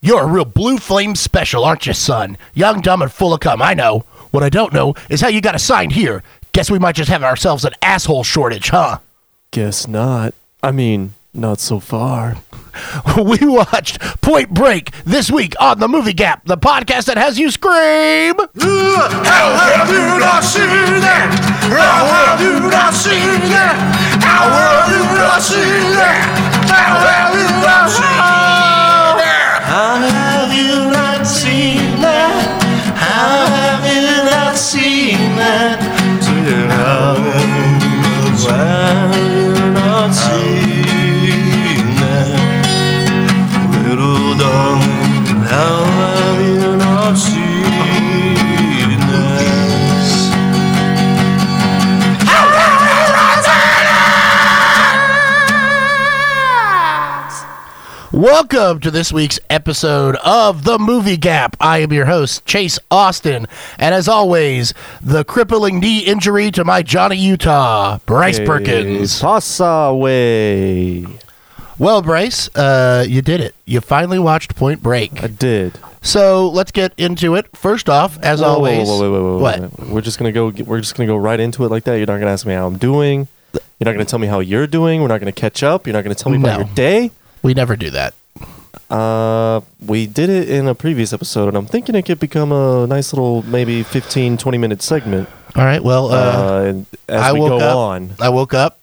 You're a real blue flame special, aren't you, son? Young, dumb, and full of cum, I know. What I don't know is how you got assigned here. Guess we might just have ourselves an asshole shortage, huh? Guess not. I mean, not so far. We watched Point Break this week on the Movie Gap, the podcast that has you scream. How well do I see that? How well do I see that? How well do I see that? How well do I see that? How have you not seen that? How have you not seen that? How have you not seen that? Little darling, how have you not seen that? Welcome to this week's episode of The Movie Gap. I am your host, Chase Austin. And as always, the crippling knee injury to my Johnny Utah, Bryce Perkins. Pass away. Well, Bryce, uh, you did it. You finally watched Point Break. I did. So let's get into it. First off, as Whoa, whoa, always, whoa, whoa, whoa, whoa, whoa, what? whoa. We're just gonna go. We're just gonna go right into it like that. You're not gonna ask me how I'm doing. You're not gonna tell me how you're doing. We're not gonna catch up. You're not gonna tell me about No. your day. We never do that. Uh, we did it in a previous episode, and I'm thinking it could become a nice little maybe 15, 20 minute segment. All right. Well, uh, Uh, and as I we woke go up. on, I woke up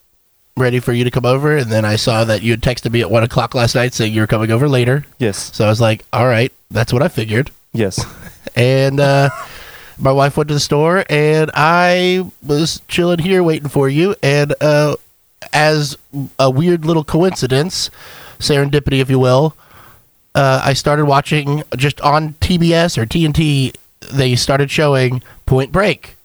ready for you to come over, and then I saw that you had texted me at one o'clock last night saying you were coming over later. yes, So I was like, all right, that's what I figured. yes, And uh, my wife went to the store, and I was chilling here waiting for you. And uh, as a weird little coincidence, serendipity, if you will, uh, I started watching just on TBS or TNT. They started showing Point Break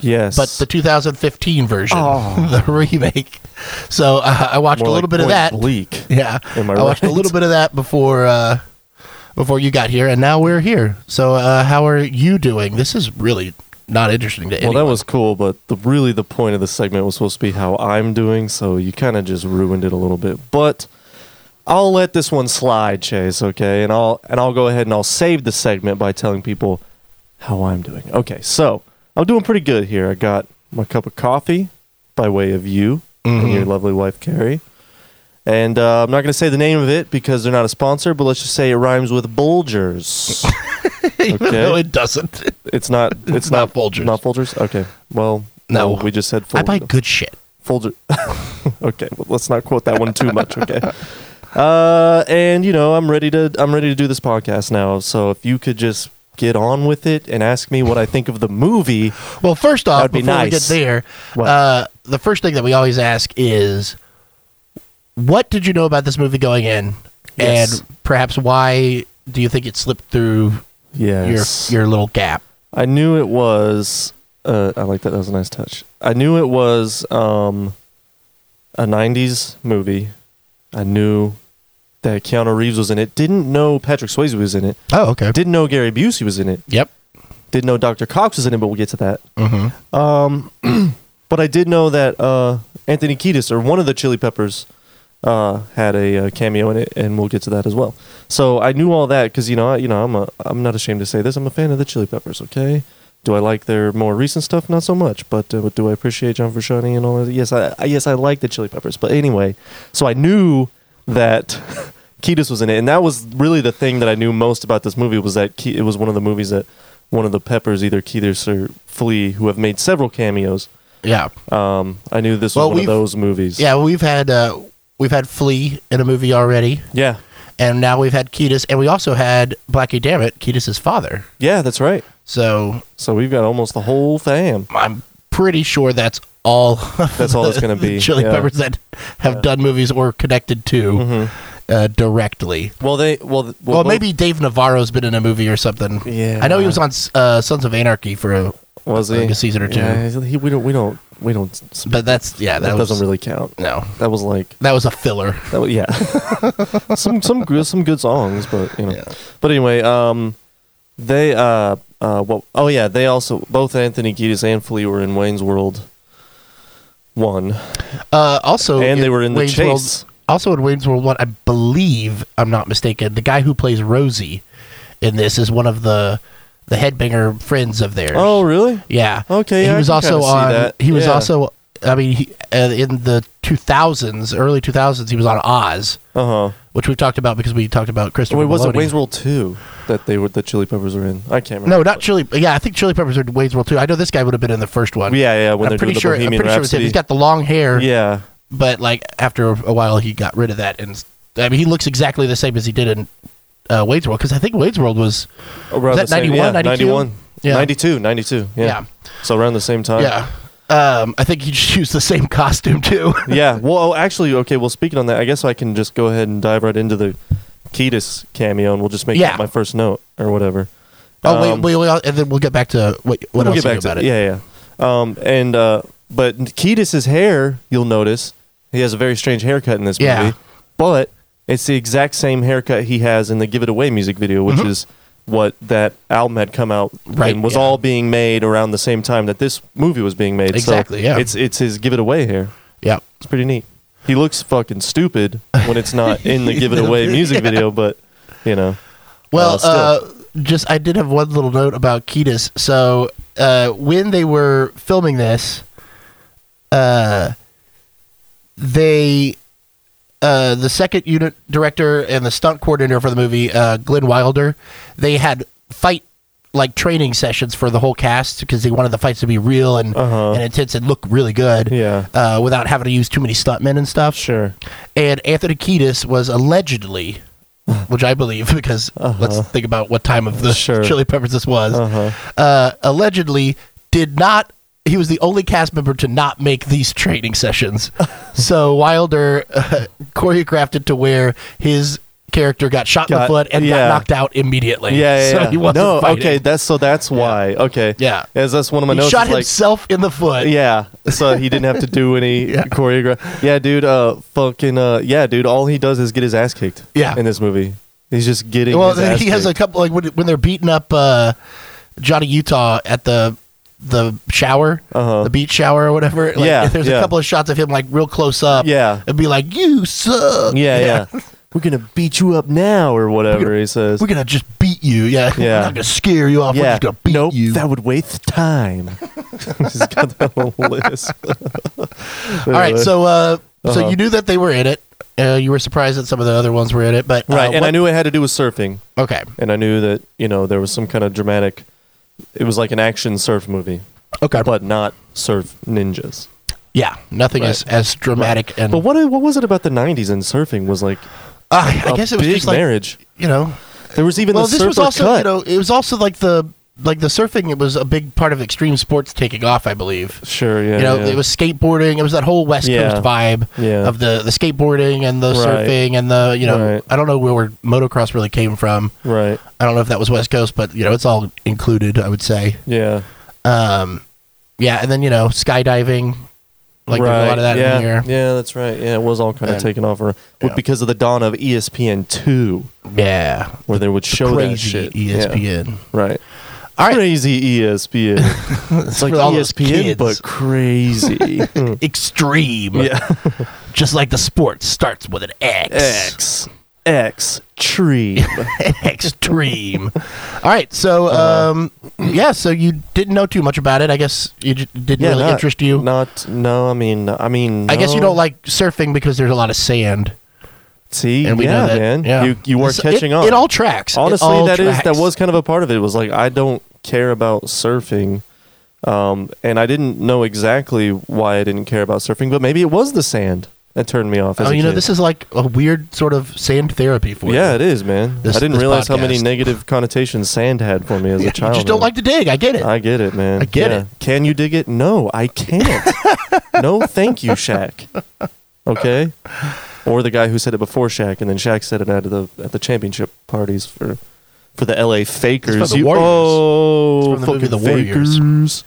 yes. but the 2015 version, the remake. So uh, I watched Oh. More a like little bit of Point that. Bleak. Yeah, Am I watched a right? little bit of that before uh, before you got here, and now we're here. So uh, how are you doing? This is really not interesting to Well, anyone. that was cool, but the, really the point of the segment was supposed to be how I'm doing, so you kind of just ruined it a little bit. But I'll let this one slide, Chase, okay? And I'll and I'll go ahead and I'll save the segment by telling people how I'm doing. Okay, so I'm doing pretty good here. I got my cup of coffee by way of you and your lovely wife Carrie. And uh, I'm not going to say the name of it because they're not a sponsor, but let's just say it rhymes with Bulgers. Even okay. though it doesn't. It's not. It's, not not, Folgers. Not Folgers. Okay. Well, No. we just said Folgers. I buy good shit. Folger. okay, well, let's not quote that one too much. Okay. Uh, and you know, I'm ready to I'm ready to do this podcast now. So if you could just get on with it and ask me what I think of the movie. Well, first off, That'd be before we get nice. there, What? uh, the first thing that we always ask is, what did you know about this movie going in, Yes. and perhaps why do you think it slipped through Yes. your your little gap? I knew it was. Uh, I like that. That was a nice touch. I knew it was um, a '90s movie. I knew that Keanu Reeves was in it. Didn't know Patrick Swayze was in it. Oh, okay. Didn't know Gary Busey was in it. yep. Didn't know Dr. Cox was in it, but we'll get to that. Mm-hmm. Um, but I did know that uh, Anthony Kiedis, or one of the Chili Peppers, uh, had a, uh cameo in it, and we'll get to that as well. So I knew all that because you know, I, you know, I'm a, I'm not ashamed to say this. I'm a fan of the Chili Peppers. Okay, do I like their more recent stuff? Not so much. But uh, but do I appreciate John Frusciante and all that? Yes, I, I yes I like the Chili Peppers. But anyway, so I knew that. Kiedis was in it, and that was really the thing that I knew most about this movie was that Ke- it was one of the movies that one of the Peppers, either Kiedis or Flea, who have made several cameos. Yeah. Um, I knew this Well, was one of we've- those movies. Yeah. We've had uh, we've had Flea in a movie already, yeah, and now we've had Ketis, and we also had Blackie Dammit, Ketis's father. yeah, that's right. So So we've got almost the whole fam. I'm pretty sure that's all. That's all it's gonna the be, Chili yeah. Mm-hmm. Peppers that have done movies or connected to uh, directly. Well, they well, th- Well, both- maybe Dave Navarro's been in a movie or something. Yeah. I know he was on uh, Sons of Anarchy for a, was like he? a season or two. Yeah, he, we don't we don't we don't. s- but that's yeah. That, that was, doesn't really count. no. That was like That was a filler. That was, yeah, some some good some good songs, but you know. Yeah. But anyway, um, they uh uh what? Oh yeah, they also both Anthony Kiedis and Flea were in Wayne's World. One Uh, also, and they were in the Uh, Wayne's World- chase. Also in Wayne's World One, I believe I'm not mistaken, the guy who plays Rosie in this is one of the the headbanger friends of theirs. Oh, really? yeah. Okay, He yeah, I was can also kinda see on. that. He was Yeah. also. I mean, he, uh, in the 2000s, early 2000s, he was on Oz, Uh huh. which we've talked about because we talked about Christopher. Wait, was it Maloney. Wayne's World two that they were the Chili Peppers were in? I can't remember. No, not Chili. Yeah, I think Chili Peppers are Wayne's World too. I know this guy would have been in the first one. Yeah, yeah. When I'm they're pretty doing sure. the I'm Bohemian pretty sure it's him. Rhapsody. He's got the long hair. yeah. but like after a while he got rid of that and I mean he looks exactly the same as he did in uh, Wade's World because I think Wade's World was Around that the same, 91, yeah, 92? 91, Yeah. 92, 92, yeah. Yeah. So around the same time. yeah um, I think he just used the same costume too yeah. Well, oh, actually, okay. Well, speaking on that, I guess I can just go ahead and dive right into the Ketis cameo, and we'll just make Yeah. that my first note or whatever. oh wait, Um, wait, wait and then we'll get back to what what we'll else get back you know to about it. it Yeah, yeah. Um, and uh, but Ketis's hair, you'll notice, he has a very strange haircut in this movie. Yeah. But it's the exact same haircut he has in the "Give It Away" music video, which is what that album had come out Right, and was yeah. all being made around the same time that this movie was being made. So Exactly, yeah. It's it's his "Give It Away" hair. yeah It's pretty neat. He looks fucking stupid when it's not in the "Give It Away" music video, but you know. well Uh, still. uh, just I did have one little note about Ketis so uh, when they were filming this uh, they uh, the second unit director and the stunt coordinator for the movie, uh, Glenn Wilder, they had fight like training sessions for the whole cast because they wanted the fights to be real and, Uh-huh. and intense and look really good. Yeah. Uh, without having to use too many stuntmen and stuff. Sure. And Anthony Kiedis was allegedly, which I believe because let's think about what time of the Uh-huh. Sure. Chili Peppers this was. Uh-huh. Uh, allegedly, did not. He was the only cast member to not make these training sessions. so Wilder uh, choreographed it to where his character got shot in the Got- foot and got yeah. knocked out immediately. Yeah, yeah. so yeah. he wasn't no, fighting. okay, that's so that's why. Okay. Yeah. As that's one of my He notes. shot is like, himself in the foot. Yeah. So he didn't have to do any Yeah. choreograph. Yeah, dude, uh fucking uh yeah, dude, all he does is get his ass kicked. Yeah. In this movie. He's just getting Well, his ass he has a kicked. couple like when, when they're beating up uh, Johnny Utah at the the shower, Uh-huh. the beach shower or whatever. Like, Yeah, if there's yeah. a couple of shots of him like real close up. Yeah. and be like, "You suck." Yeah, yeah. We're gonna beat you up now or whatever he says. We're gonna just beat you. Yeah, Yeah. We're not gonna scare you off. We're yeah. just gonna beat nope, you. that would waste time. He's got the whole list. All right, so uh, so Uh-huh. you knew that they were in it. Uh, you were surprised that some of the other ones were in it, but uh, Right, and I what- knew it had to do with surfing. Okay, and I knew that you know there was some kind of dramatic. It was like an action surf movie, okay, but not surf ninjas. Hmm. yeah, nothing Right. as as dramatic and. But what what was it about the '90s and surfing was like? Uh, I a guess it was big just like marriage. you know There was even well, the this surfer was also cut. you know it was also like the like the surfing. It was a big part of extreme sports taking off, I believe. sure, yeah, you know, yeah. it was skateboarding. It was that whole West Yeah. Coast vibe Yeah. of the the skateboarding and the Right. surfing and the you know Right. I don't know where, where motocross really came from. right. I don't know if that was West Coast, but you know it's all included. I would say, Yeah, um, yeah, and then you know skydiving, like there's a right. lot of that yeah. in here. Yeah, that's right. Yeah, it was all kind of And- taken off, or well, yeah. because of the dawn of E ESPN two, Yeah, where they would show that crazy E shit. Yeah, ESPN. right. All right, Crazy E ESPN. it's like E For all those ESPN, kids. but crazy. extreme. yeah. just like the sport starts with an X X tree. extreme. All right, so Uh-huh. um, yeah, so you didn't know too much about it. I guess you j- didn't really interest you. Not no. I mean, I mean, I guess you no. don't like surfing because there's a lot of sand, See, and we yeah, know that. man. yeah. You you weren't It's- catching it, on. It all tracks. It Honestly, all that is that tracks. was kind of a part of it. It was like I don't care about surfing, um, and I didn't know exactly why I didn't care about surfing, but maybe it was the sand that turned me off. As Oh, a you know, kid. this is like a weird sort of sand therapy for you. yeah, it is, man. This- I didn't this realize how many podcast. negative connotations sand had for me as a You child. just don't man. like to dig. I get it. I get it, man. I get it. Can you dig it? No, I can't. no, thank you, Shaq. Okay. Or the guy who said it before Shaq, and then Shaq said it at the at the championship parties for for the L.A. Fakers. It's from the You- Warriors. Oh, It's from the movie fucking The Warriors. Fakers.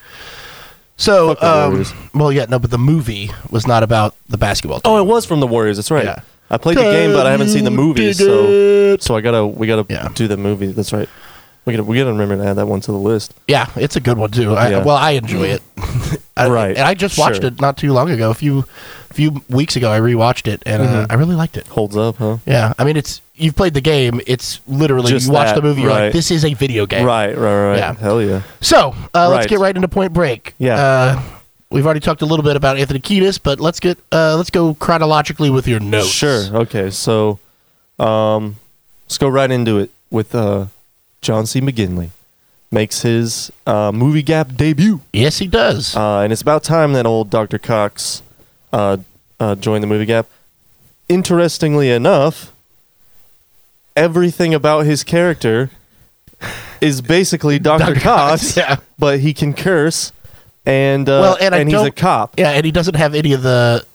so, the um, Warriors. well, yeah, no, but the movie was not about the basketball. Team. Oh, it was from the Warriors. That's right. Yeah. I played the game, but I haven't seen the Can you movie, dig so it? so I gotta we gotta Yeah. do the movie. That's right. We gotta we gotta remember to add that one to the list. yeah, it's a good one too. I, Yeah. Well, I enjoy it. I- Right. And I just watched Sure. it not too long ago. A few few weeks ago, I rewatched it and uh, Mhm. I really liked it. Holds up, huh? Yeah, I mean, it's you've played the game. It's literally Just you watch that, the movie. You're like, right. this is a video game. Right, right, right. Yeah. Hell yeah. So uh, let's Right. get right into Point Break. Yeah. Uh, we've already talked a little bit about Anthony Kiedis, but let's get uh, let's go chronologically with your notes. Sure. Okay. So, um, let's go right into it with uh, John C. McGinley makes his uh, movie gap debut, Yes, he does. uh, and it's about time that old Dr. Cox uh, uh, joined the movie gap. Interestingly enough, everything about his character is basically Dr. Dr. Cox, Cox, yeah. but he can curse, and uh, Well, and I he's a don't- cop. yeah, and he doesn't have any of the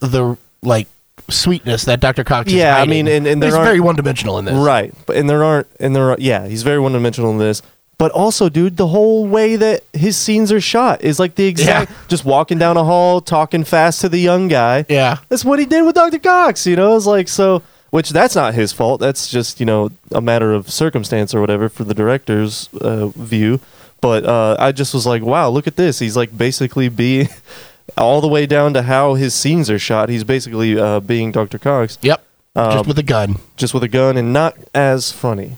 the like sweetness that Dr. Cox. Is Yeah, I hiding. mean, and- and there he's aren't- very one dimensional in this. Right. But and there aren't and there are yeah, he's very one dimensional in this. But also, dude, the whole way that his scenes are shot is like the exact Yeah. just walking down a hall, talking fast to the young guy. Yeah. That's what he did with Dr. Cox, you know? It's like so which that's not his fault. That's just, you know, a matter of circumstance or whatever for the director's uh, view. But uh, I just was like, wow, look at this. He's like basically being all the way down to how his scenes are shot. He's basically uh, being Dr. Cox Yep. Um, just with a gun. just with a gun and not as funny.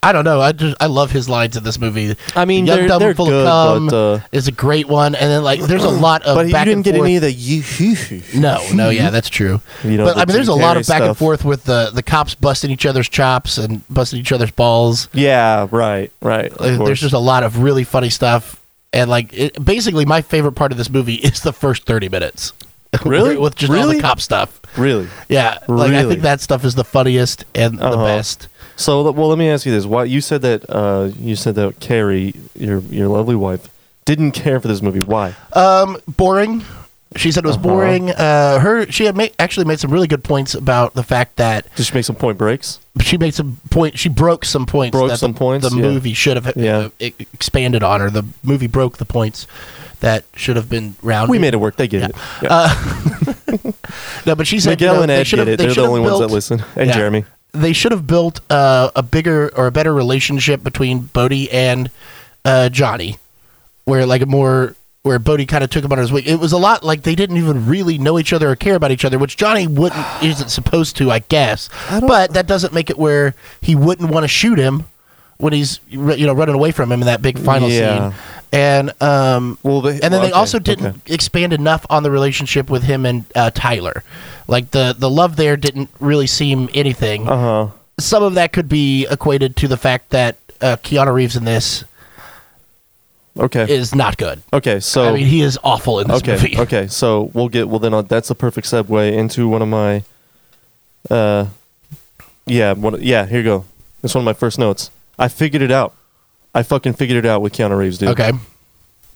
I don't know. I just I love his lines in this movie. I mean, Young, they're- dumb, they're full good, of cum but, uh, is a great one, and then like there's a lot of. but you back didn't and get forth. any of the you. No, no, yeah, that's true. You know, but the I mean, there's a Jim lot of Carrey back and stuff. forth with the the cops busting each other's chops and busting each other's balls. Yeah, right, right. of Like, course. there's just a lot of really funny stuff, and like it, basically, my favorite part of this movie is the first 30 minutes. Really? with just all Really? the cop stuff. really. Yeah, like I Really? think that stuff is the funniest and the Uh-huh. best. So, le- well, let me ask you this: Why you said that? Uh, you said that Carrie, your your lovely wife, didn't care for this movie. Why? Um, boring. She said it was Uh-huh. boring. Uh, her she had ma- actually made some really good points about the fact that Did she make some point breaks? she made some point. She broke some points. Broke that some the, points, The yeah. movie should have Yeah. uh, e- expanded on, or the movie broke the points that should have been rounded. We made it work. They get Yeah. it. Yeah. No, but she said Miguel you know, and they Ed should get have- it. they They're should the have only ones built- that listen. And Yeah. Jeremy. They should have built uh, a bigger or a better relationship between Bodie and uh, Johnny, where like a more where Bodie kind of took him under his wing. It was a lot like they didn't even really know each other or care about each other, which Johnny wouldn't isn't supposed to, I guess. but that doesn't make it where he wouldn't want to shoot him when he's r- you know running away from him in that big final Yeah. scene. And um, Well, they- and then well, they okay, also didn't okay. expand enough on the relationship with him and uh, Tyler. Like the the love there didn't really seem anything. Uh huh. Some of that could be equated to the fact that uh, Keanu Reeves in this Okay. is not good. okay. So I mean, he is awful in this okay. movie. Okay. So we'll get. Well, then uh, that's the perfect segue into one of my. Uh, yeah. One. Yeah. Here you go. That's one of my first notes. I figured it out. I fucking figured it out with Keanu Reeves, dude. Okay.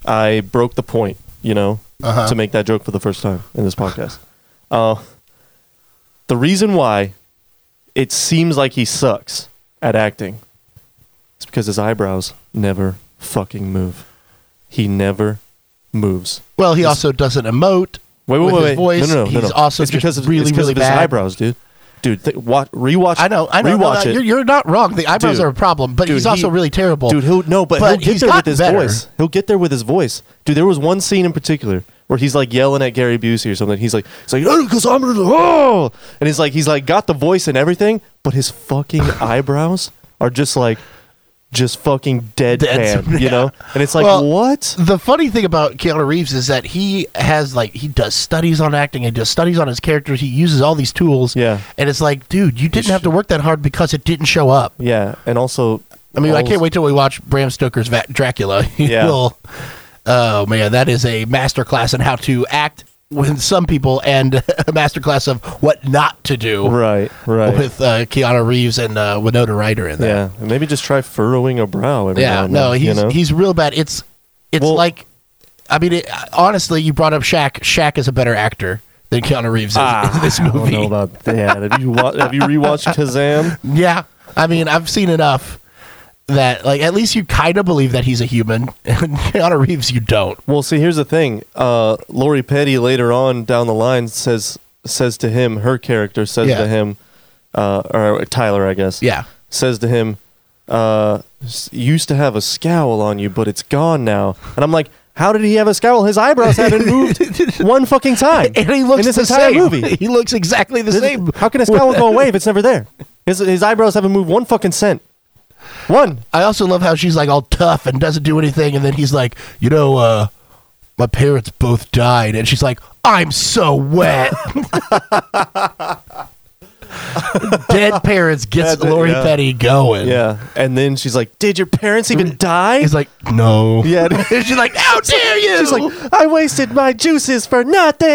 I broke the point, you know, Uh-huh. to make that joke for the first time in this podcast. uh, the reason why it seems like he sucks at acting is because his eyebrows never fucking move. He never moves. Well, he also doesn't emote. Wait, wait, with wait, his wait. voice. No, no, no, no, he's no. also it's just because of, really, it's because really of his bad. eyebrows, dude. Dude, th- watch, rewatch. I know, I know. no, Rewatch no, it. You're, you're not wrong. The eyebrows Dude. are a problem, but Dude, he's also he- really terrible. Dude, he'll no, but, But he'll he's get there with gotten his better. voice. He'll get there with his voice. Dude, there was one scene in particular where he's like yelling at Gary Busey or something. He's like, he's like, oh, because I'm gonna, oh, and he's like, he's like, got the voice and everything, but his fucking eyebrows are just like, just fucking deadpan, Dead, you know. And it's like, Well, what? the funny thing about Keanu Reeves is that he has like he does studies on acting and does studies on his characters. He uses all these tools. Yeah. And it's like, dude, you didn't have to work that hard because it didn't show up. Yeah, and also, I mean, I all- can't wait till we watch Bram Stoker's Va- Dracula. He Yeah. will- oh man, that is a masterclass in how to act with some people and a masterclass of what not to do Right, right. with uh, Keanu Reeves and uh, Winona Ryder in there. yeah, and maybe just try furrowing a brow. Every now Yeah, and no, then, he's you know? he's real bad. It's it's Well- like, I mean, it, honestly, you brought up Shaq. Shaq is a better actor than Keanu Reeves is in this Ah, I don't movie. know about that. Have you wa- have you rewatched Kazam? yeah, I mean, I've seen enough that like at least you kind of believe that he's a human, and Keanu Reeves you don't. Well, see, here's the thing. Uh, Lori Petty later on down the line says says to him, her character says Yeah. to him, uh, or Tyler, I guess. Yeah. Says to him, uh, "S- "You used to have a scowl on you, but it's gone now." And I'm like, How did he have a scowl? His eyebrows hadn't moved one fucking time. And he looks in this the entire same. movie. He looks exactly the same. How can a scowl go away if it's never there? His, his eyebrows haven't moved one fucking cent. One. I also love how she's like all tough and doesn't do anything, and then he's like, you know, uh, my parents both died, and she's like, I'm so wet. Dead parents gets That's it, Lori yeah. Petty going. Yeah. And then she's like, Did your parents even die? he's like, no. Yeah. and she's like, how dare you? She's like, I wasted my juices for nothing.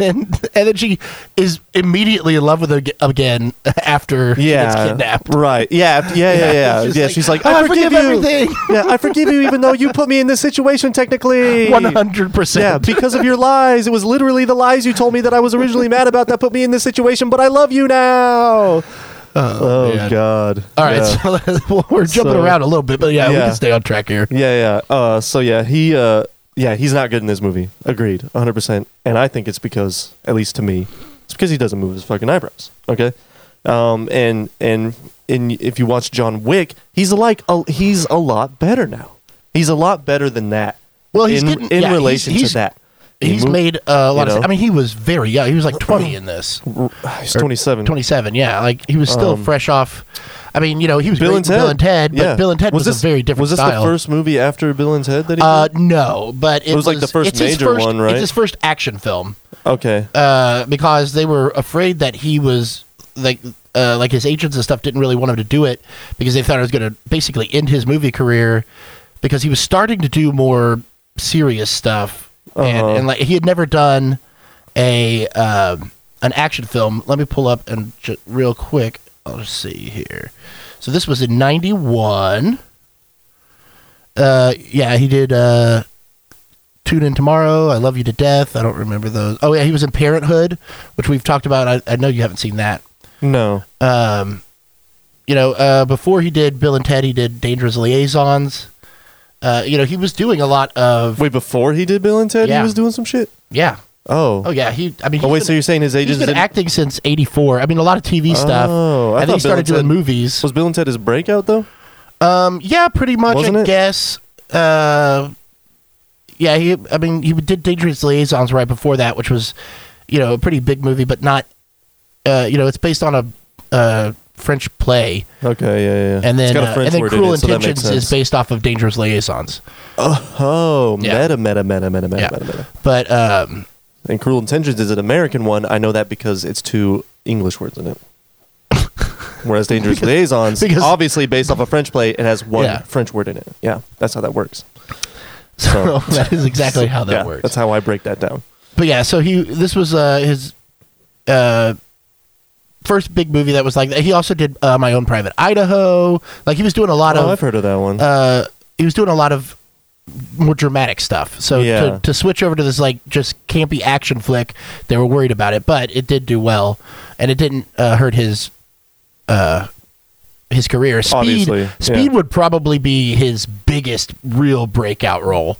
and, and then she is immediately in love with her ag- again after she gets yeah. kidnapped. Right. Yeah. Yeah. Yeah. Yeah. She's yeah. like, she's like, "I I, forgive forgive, you. everything." yeah. I forgive you, even though you put me in this situation technically. One hundred Yeah, percent. because of your lies. It was literally the lies you told me that I was originally mad about that put me in this situation, but I love you now. Oh, man. God. All right, Yeah. so we're jumping So- around a little bit, but yeah, we Yeah. can stay on track here. Yeah, yeah. Uh, so yeah, he, uh, yeah, he's not good in this movie. Agreed, 100. percent And I think it's because, at least to me, it's because he doesn't move his fucking eyebrows. Okay. Um, and and and if you watch John Wick, he's like a, he's a lot better now. He's a lot better than that. Well, he's in, getting- in yeah, he's- relation he's- to that. He He's moved- made uh, a lot you of. know? I mean, he was very young. He was like twenty in this, He's 27. twenty-seven. Yeah, like he was still fresh off. I mean, you know, he was Um, Bill great and in Ted. Bill and Ted, but yeah. Bill and Ted was, this, a very different Was this style. the first movie after Bill and Ted that he? Uh, did? no, but it, was like the first it's his major first- one, right? It's his first action film. Okay. uh, because they were afraid that he was like uh, like his agents and stuff didn't really want him to do it because they thought it was going to basically end his movie career because he was starting to do more serious stuff and, Uh-huh. and like he had never done a um, an action film. Let me pull up and ju- real quick. I'll just see here. So this was in '91. Uh, yeah, he did. Uh, Tune in tomorrow. I love you to death. I don't remember those. Oh yeah, he was in Parenthood, which we've talked about. I, I know you haven't seen that. No. Um, you know, uh, before he did Bill and Ted, he did Dangerous Liaisons. Uh, you know, he was doing a lot of Wait, before he did Bill and Ted, Yeah. he was doing some shit. yeah. Oh. Oh yeah, he. I mean, Oh he's wait, been- so you're saying his he's agents been didn't? acting since '84. I mean, a lot of TV stuff. Oh, and I thought then he started Bill doing and movies. was Bill and Ted his breakout though? Um, yeah, pretty much. Wasn't I it? guess. Uh, yeah, he. I mean, he did Dangerous Liaisons right before that, which was, you know, a pretty big movie, but not. Uh, you know, it's based on a uh, French play, Okay, yeah, yeah, yeah. and It's then got a uh, French and then word in Cruel it, so that makes Intentions is sense. based off of Dangerous Liaisons. Oh, Yeah. meta, meta, meta, meta, meta, Yeah. meta, meta. But um, And Cruel Intentions is an American one. I know that because it's two English words in it. Whereas Dangerous Liaisons, because- obviously based off a French play, it has one Yeah. French word in it. Yeah, that's how that works. so that is exactly how that yeah, works. That's how I break that down. but yeah, so he this was uh, his uh, first big movie that was like that. He also did uh, My Own Private Idaho. Like he was doing a lot Oh, of I've heard of that one. uh, he was doing a lot of more dramatic stuff. So Yeah. to, to switch over to this like just campy action flick, they were worried about it, but it did do well, and it didn't uh, hurt his uh, his career. Speed Obviously, Speed yeah. would probably be his biggest real breakout role.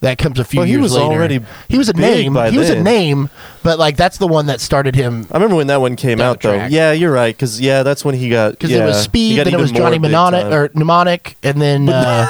That comes a few Well, he years was later. already he was a big name. by He was a then. name, but like that's the one that started him I remember when that one came down out the though. track. Yeah, you're right. Because yeah, that's when he got because yeah, it was he Speed, got then it even was more Johnny big Mnemonic time. or Mnemonic, and then uh,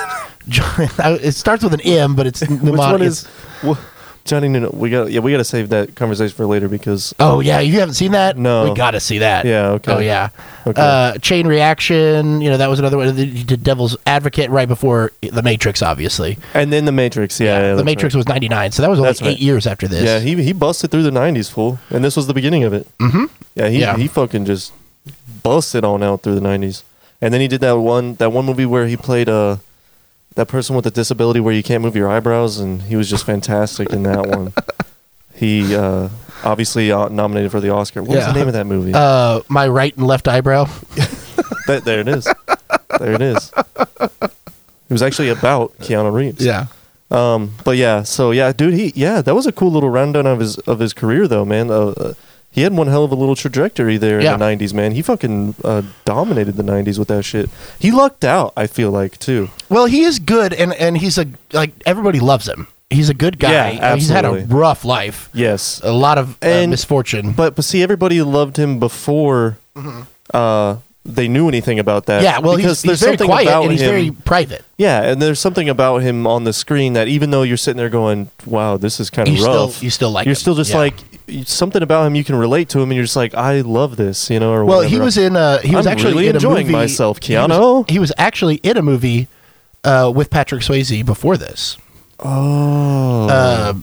John, it starts with an M, but it's Which Mnemonic. one is wh- Johnny? Mnemonic- We got yeah, we got to save that conversation for later because Oh yeah, you haven't seen that? No. we got to see that. Yeah, okay. Oh yeah. Okay. Uh, Chain Reaction. You know that was another one. He did Devil's Advocate right before The Matrix, obviously. and then the Matrix. Yeah, yeah, the that's Matrix right. was ninety nine, so that was only That's eight right. years after this. Yeah, he he busted through the '90s, fool, and this was the beginning of it. Mm-hmm. Yeah, he Yeah. he fucking just busted on out through the '90s, and then he did that one that one movie where he played uh that person with a disability where you can't move your eyebrows, and he was just fantastic in that one. He uh, obviously uh, nominated for the Oscar. What was Yeah. the name of that movie? Uh, my right and left eyebrow. That, there it is. There it is. It was actually about Keanu Reeves. Um. But yeah. So yeah, dude. He yeah. That was a cool little rundown of his of his career though, man. Uh, uh, he had one hell of a little trajectory there Yeah. in the '90s, man. He fucking uh, dominated the '90s with that shit. He lucked out. I feel like too. Well, he is good, and and he's a like everybody loves him. He's a good guy. Yeah, You know, he's had a absolutely. rough life, Yes. a lot of uh, And- misfortune. But but see, everybody loved him before. Uh, they knew anything about that. Mm-hmm. yeah, well, he's, Uh, because he's there's very something quiet about and he's him- very private. yeah, and there's something about him on the screen that even though you're sitting there going, "Wow, this is kind of You rough," still you still like you're him. still just Yeah. like y- something about him you can relate to him, and you're just like, "I love this," you know. Or Well, whatever. he was in. Uh, he was I'm actually really in a enjoying movie- myself, he was- He Keanu. was, actually in a movie uh, with Patrick Swayze before this. Oh, Um,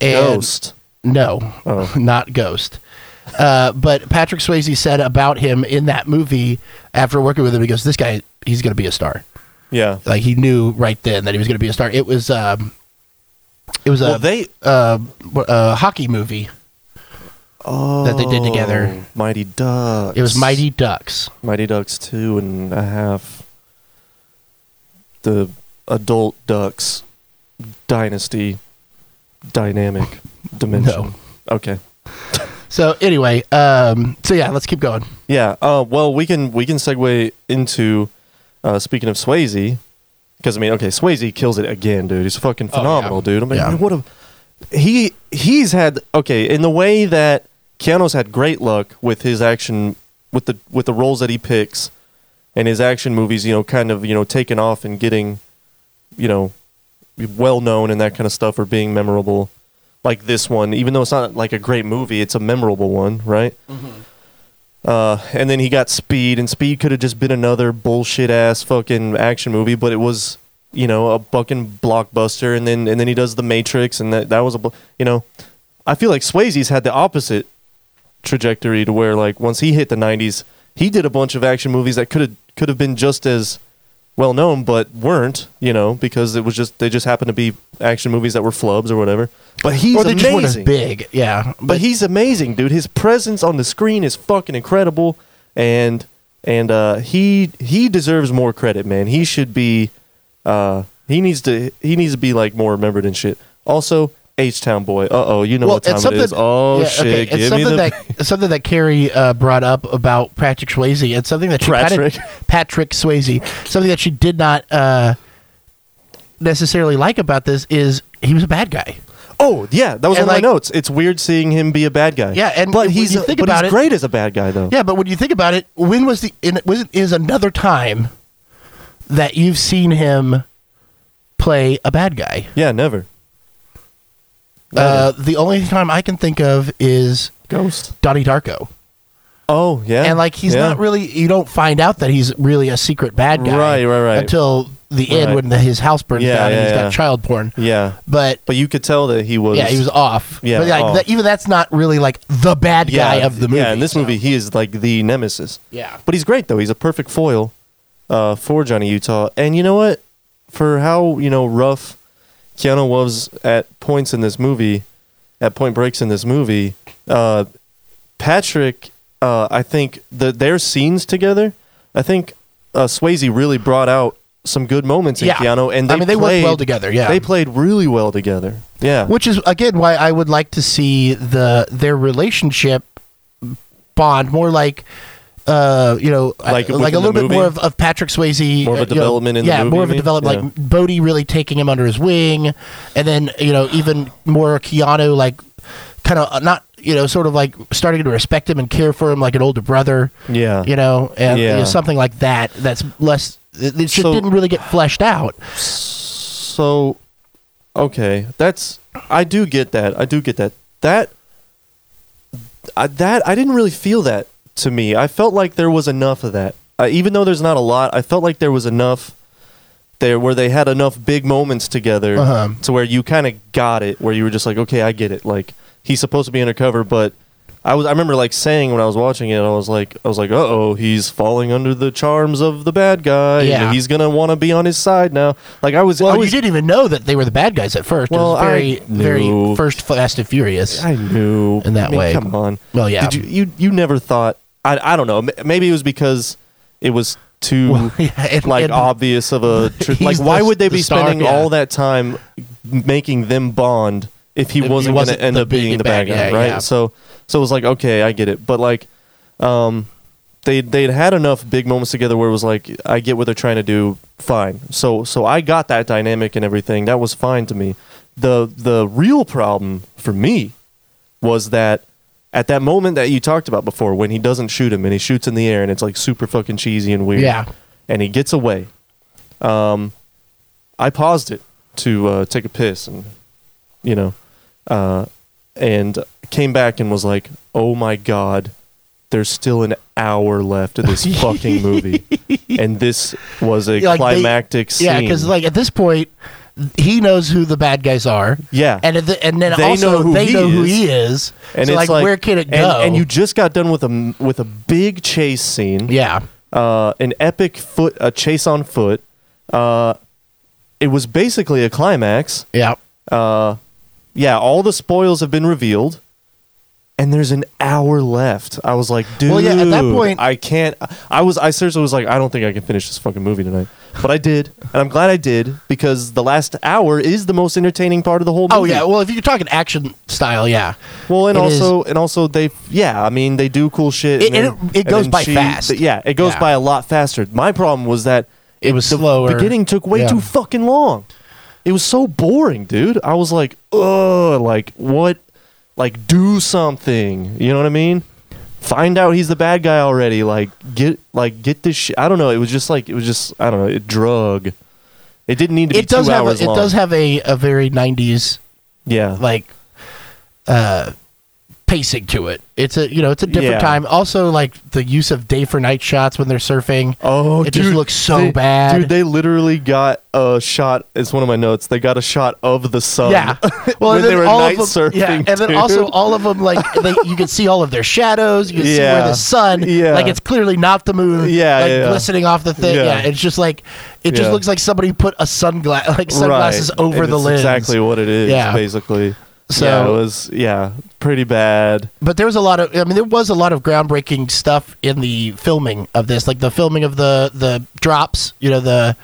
and Ghost. No, Oh. not Ghost. Uh, but Patrick Swayze said about him in that movie after working with him, he goes, "This guy, he's going to be a star." Yeah. Like he knew right then that he was going to be a star. It was, um, it was Well, a they uh, a hockey movie. oh, that they did together. Mighty Ducks. It was Mighty Ducks. Mighty Ducks two and a half. The adult ducks dynasty dynamic dimension. Okay. So anyway, um, so yeah, let's keep going. Yeah. Uh, well, we can we can segue into uh, speaking of Swayze, because I mean, okay, Swayze kills it again, dude. He's fucking yeah. phenomenal, dude. I mean, Yeah. what a he he's had okay in the way that Keanu's had great luck with his action with the with the roles that he picks and his action movies. You know, kind of you know taking off and getting you know well known and that kind of stuff or being memorable. Like this one, even though it's not like a great movie, it's a memorable one, right? Uh, and then he got Speed, and Speed could have just been another bullshit ass fucking action movie, but it was, you know, a fucking blockbuster. And then and then he does The Matrix, and that that was a, bu- you know, I feel like Swayze's had the opposite trajectory to where like once he hit the '90s, he did a bunch of action movies that could have could have been just as well known, but weren't, you know, because it was just they just happened to be action movies that were flubs or whatever. But he's or they amazing. just weren't as big. Yeah, But he's amazing, dude. His presence on the screen is fucking incredible, and and uh, he he deserves more credit, man. He should be, uh, he needs to he needs to be like more remembered and shit. Also, H Town boy. Uh oh, you know what time it is. Oh yeah, shit, okay, it's give me something the. that it's something that Carrie uh, brought up about Patrick Swayze. It's something that she Patrick. Kinda, Patrick Swayze. Something that she did not uh, necessarily like about this is he was a bad guy. oh yeah, that was And, on like- my notes. It's weird seeing him be a bad guy. Yeah, and but when he's you think but about he's it- great as a bad guy though. Yeah, but when you think about it, when was the in, was it is another time that you've seen him play a bad guy? yeah, never. Uh, the only time I can think of is Ghost. Donnie Darko. Oh yeah, and like he's yeah. not really you don't find out that he's really a secret bad guy Right, right, right. until the end Right. when the, his house burns Yeah, down and yeah, he's yeah. got child porn Yeah, but but you could tell that he was. yeah he was off Yeah, but like, off. that, even that's not really like the bad guy of the movie Yeah, in this so- movie, he is like the nemesis. yeah But he's great though. He's a perfect foil uh, for Johnny Utah. And you know what? For how you know rough Keanu was at points in this movie, at point breaks in this movie, uh, Patrick, uh, I think the their scenes together, I think uh, Swayze really brought out some good moments in Yeah. Keanu, and they I mean, they worked played, well together, yeah. they played really well together. Yeah, which is again why I would like to see the their relationship bond more like uh, you know, I- Like like, within a little the bit movie? more of, of Patrick Swayze, More of a uh, you know, development in the yeah, movie, more you of a mean? development, Yeah. like Bodie really taking him under his wing, and then you know even more Keanu, like kind of not you know sort of like starting to respect him and care for him like an older brother, yeah, you know, and you know, Yeah. something like that. That's less. It, it just So- didn't really get fleshed out. So, okay, that's I do get that. I do get that. That I, that I didn't really feel that to me. I felt like there was enough of that. Uh, even though there's not a lot, I felt like there was enough there where they had enough big moments together Uh-huh. to where you kind of got it, where you were just like, okay, I get it. Like he's supposed to be undercover, but I was I remember like saying when I was watching it, I was like, I was like, uh oh, he's falling under the charms of the bad guy. You know, Yeah. he's gonna want to be on his side now. Like I was, I Well, was Oh, you didn't even know that they were the bad guys at first. Well, it was very, I knew. very first Fast and Furious. I knew In that I mean, way. Come on. Well, yeah. Did you you you never thought? I I don't know. M- Maybe it was because it was too Well, yeah, and- like and- obvious of a tr- He's like. the- Why would they the be star, spending yeah. all that time making them bond if he he wasn't, wasn't going to end the up being big the bad bad guy, guy, right? yeah. So so it was like okay, I get it, but like um. They they'd had enough big moments together where it was like I get what they're trying to do fine so so I got that dynamic and everything that was fine to me the the real problem for me was that at that moment that you talked about before when he doesn't shoot him and he shoots in the air and it's like super fucking cheesy and weird. Yeah. And he gets away. Um, I paused it to uh, take a piss and, you know, uh, and came back and was like, oh my God, there's still an hour left of this fucking movie. And this was a Yeah, like they- climactic scene. Yeah, because like at this point, he knows who the bad guys are. Yeah. and at the, and then They also know who they he know who is. he is. and so it's like, where can it and- go? And you just got done with a with a big chase scene. yeah, uh, an epic foot a chase on foot. Uh, it was basically a climax. yeah, Uh, yeah, all the spoils have been revealed, and there's an hour left. I was like, dude, Well, yeah, at that point- I can't. I was, I seriously was like, I don't think I can finish this fucking movie tonight. But I did, and I'm glad I did because the last hour is the most entertaining part of the whole. movie. Oh yeah. Well, if you're talking action style, yeah. Well, and It is- also, and also, they, yeah, I mean, they do cool shit. It- and and then- it- it and goes then by fast. th- Yeah, it goes Yeah. by a lot faster. My problem was that It was the slower. Beginning took way Yeah. too fucking long. It was so boring, dude. I was like, ugh, like what? Like do something. You know what I mean? Find out he's the bad guy already. Like get, like get this shit. I don't know. It was just like it was just I don't know. It drug. It didn't need to be It does two have a, hours it long. does have a, a very '90s yeah. like uh pacing to it. It's a you know it's a different Yeah. time. Also, like the use of day for night shots when they're surfing. Oh, it dude, just looks so they- bad. Dude, they literally got a shot. It's one of my notes. They got a shot of the sun. yeah. Well, um, when and they then were all of night them, surfing. yeah, and then dude. also all of them like they, you can see all of their shadows. You can see where Yeah. the sun, Yeah. like it's clearly not the moon, Yeah, like yeah, yeah. glistening off the thing. Yeah. Yeah. it's just like it just Yeah. looks like somebody put a sunglass, like Right. sunglasses over And the it's lens. Exactly what it is. Yeah. basically. So- yeah, it was yeah, pretty bad. but there was a lot of i mean there was a lot of groundbreaking stuff in the filming of this like the filming of the the drops you know the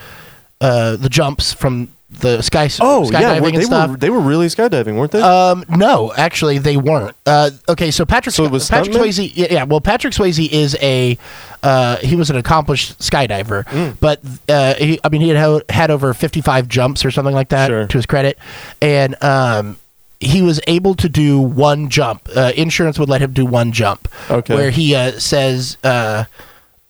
uh the jumps from the sky Oh skydiving yeah, well, and they stuff were they were really skydiving, weren't they? um no actually they weren't uh okay so patrick So it was patrick stuntmen? swayze yeah, yeah well patrick swayze is a uh he was an accomplished skydiver Hmm. but uh he, i mean he had ho- had over 55 jumps or something like that Sure. to his credit and um he was able to do one jump. Uh, insurance would let him do one jump. Okay. Where he uh, says, uh,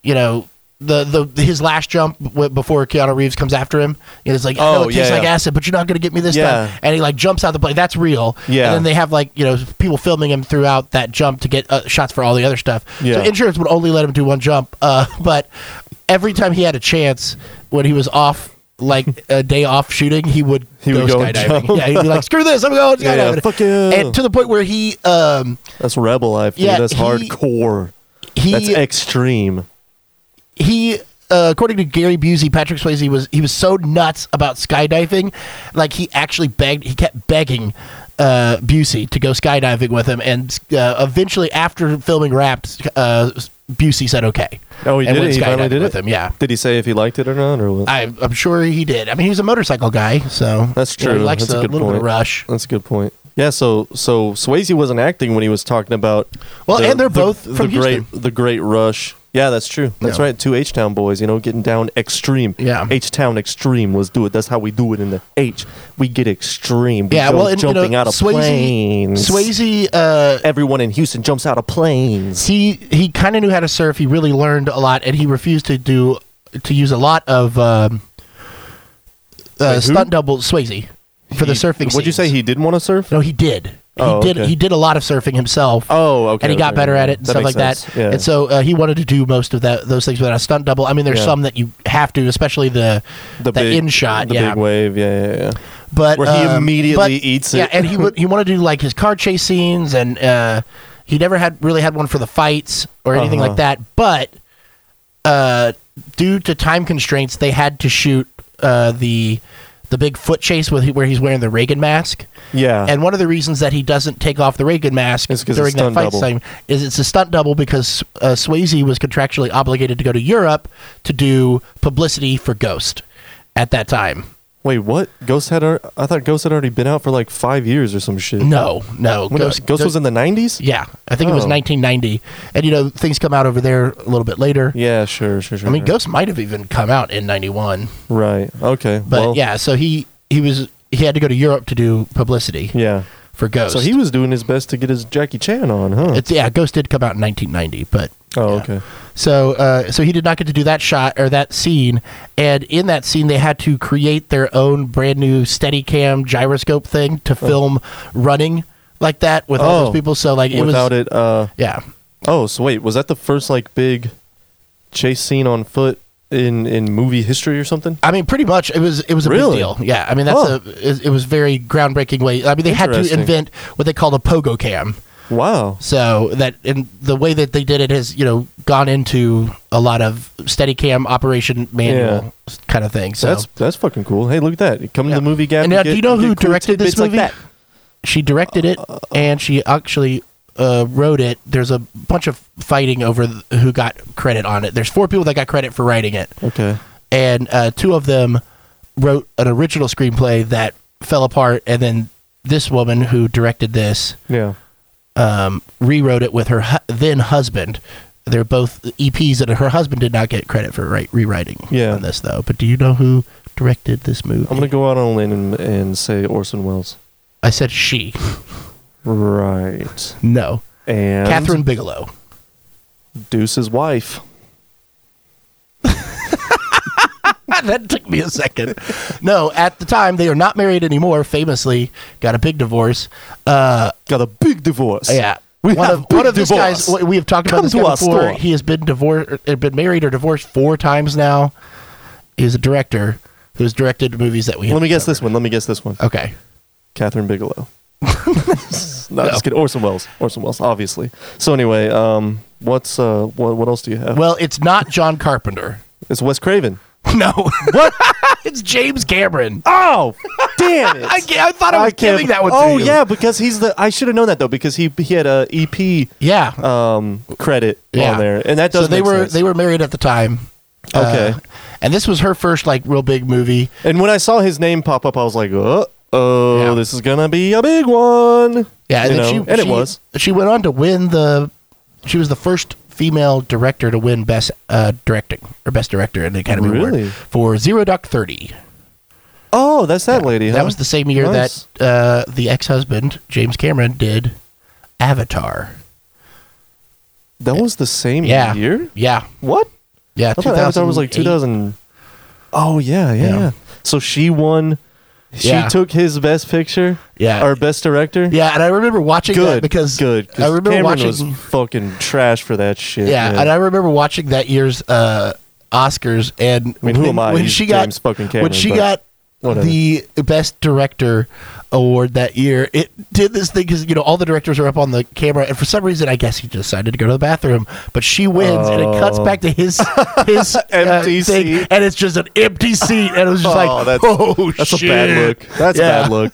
you know, the, the his last jump w- before Keanu Reeves comes after him is like, I know Oh, it tastes yeah, like yeah. acid, but you're not going to get me this Yeah. time. And he like jumps out the plane. That's real. Yeah. And then they have like you know people filming him throughout that jump to get uh, shots for all the other stuff. Yeah. So insurance would only let him do one jump. Uh, but every time he had a chance when he was off. Like a day off shooting, he would He go would go and skydiving. jump. Yeah, he'd be like, "Screw this, I'm going skydiving." Yeah, fuck you. And to the point where he, um, that's rebel life. Dude. yeah, that's he- hardcore. he, that's extreme. he uh, according to Gary Busey, Patrick Swayze was he was so nuts about skydiving, like he actually begged, he kept begging uh, Busey to go skydiving with him, and uh, eventually after filming Wrapped, uh, Busey said okay. Oh, he and did went it. He finally skydiving did with it. him. Yeah, Did he say if he liked it or not, or what? I, I'm sure he did. I mean, he was a motorcycle guy, so That's you know, true. he likes That's a a good little bit of point. rush. That's a good point. Yeah, so so Swayze wasn't acting when he was talking about. Well, and they're both the, from Houston. great the great rush. Yeah, that's true. That's Yeah. right. Two H Town boys, you know, getting down extreme. Yeah. H Town extreme. Let's do it. That's how we do it in the H. We get extreme. We Yeah, go well, and, jumping you know, out of Swayze, planes. Swayze, uh, Everyone in Houston jumps out of planes. he he kind of knew how to surf. He really learned a lot, and he refused to do to use a lot of um, uh, who? stunt double Swayze for the He- surfing. Would you scenes. say he didn't want to surf? No, he did. Oh, he did. okay. He did a lot of surfing himself. Oh, okay. And he got okay. better at it and That stuff like makes sense. that. Yeah. And so uh, he wanted to do most of that those things without a stunt double. I mean, there's Yeah. some that you have to, especially the the, big- in shot. the yeah, big wave. Yeah, yeah, yeah. but Where he um, immediately but- eats Yeah, it. and he would he wanted to do like his car chase scenes, and uh, he never had really had one for the fights or anything Uh-huh. like that. But uh, due to time constraints, they had to shoot uh, the the big foot chase with where he's wearing the Reagan mask. Yeah. And one of the reasons that he doesn't take off the Reagan mask It's 'cause it's during that stunt fight double. time is it's a stunt double because uh, Swayze was contractually obligated to go to Europe to do publicity for Ghost at that time. Wait, what? Ghost had? Ar- I thought Ghost had already been out for like five years or some shit. No, no. When Ghost, Ghost was in the nineties. Yeah, I think it was Oh. 1990, and you know things come out over there a little bit later. Yeah, sure, sure, sure. I mean, sure. Ghost might have even come out in 91, Right. Okay. but well, yeah. So he he was he had to go to Europe to do publicity Yeah. for Ghost. So he was doing his best to get his Jackie Chan on, huh? It's, yeah, Ghost did come out in 1990, but oh, yeah. okay. So, uh, so he did not get to do that shot or that scene, and in that scene, they had to create their own brand new Steadicam gyroscope thing to film running like that with all Oh. those people. So, like, it Without was, it, uh, yeah, oh, so wait, was that the first like big chase scene on foot in in movie history or something? I mean, pretty much it was it was a Really? big deal. Yeah, I mean that's Huh. a it, it was very groundbreaking way. I mean they had to Interesting. invent what they called a pogo cam. Wow. So that and the way that they did it has you know gone into a lot of Steadicam operation manual kind of thing. So That's that's fucking cool. Hey, look at that. Come Yeah. to the movie gap. And you now, get- do you know get who cool directed this tidbits like movie? that. Uh, she directed it and she actually uh, wrote it. There's a bunch of fighting over th- who got credit on it. There's four people that got credit for writing it. Okay. and uh, two of them wrote an original screenplay that fell apart, and then this woman who directed this Yeah. um, rewrote it with her hu- then husband. They're both EPs, and her husband did not get credit for right, rewriting Yeah. on this though. But do you know who directed this movie? I'm gonna go out on a limb and, and say Orson Welles. I said she. Right. No, And Catherine Bigelow. Deuce's wife. that took me a second. No, at the time they are not married anymore. Famously, got a big divorce. Uh, Got a big divorce. Yeah. We one have of one big of these divorce. guys we- we have talked about Come this to guy our before. store. He has been divorced uh, been married or divorced four times now. He's a director who's directed movies that we Let have me guess this one. Let me guess this one. Okay. Catherine Bigelow. no, just kidding. Orson Welles. Orson Welles, obviously. So anyway, um, what's uh, what, what else do you have? Well, it's not John Carpenter. it's Wes Craven. No. What? it's James Cameron. Oh, damn it! I, ca- I thought I was giving that one to Oh you. yeah, because he's the. I should have known that though, because he he had a EP Yeah. um credit yeah. on there, and that does. So they make were sense. they were married at the time. Uh, Okay. and this was her first like real big movie. And when I saw his name pop up, I was like, uh oh, Yeah. this is gonna be a big one. Yeah, and, then You know, she, and it she- was. She went on to win the. She was the first female director to win best uh, directing or best director in the Academy Really? Award for Zero Dark Thirty. Oh, that's that lady. huh? That was the same year Nice. that uh, the ex-husband James Cameron did Avatar. That was the same Yeah, year. Yeah, What? yeah. I thought Avatar was like 2008. 2000. Oh yeah, yeah. Yeah. yeah. So she won. She Yeah. took his best picture. Yeah. Or best director. Yeah, and I remember watching that Good. because good. 'cause I remember Cameron watching. was fucking trash for that shit. yeah, man. and I remember watching that year's uh, Oscars, and mean, who am I? When He's she got James fucking when Cameron, she but got whatever. the best director award that year, it did this thing because you know all the directors are up on the camera, and for some reason, I guess he decided to go to the bathroom, but she wins, and it cuts back to his his uh, Oh. Empty thing, seat. and it's just an empty seat, and it was just Oh, like, that's- oh, That's shit. a bad look. That's Yeah. a bad look.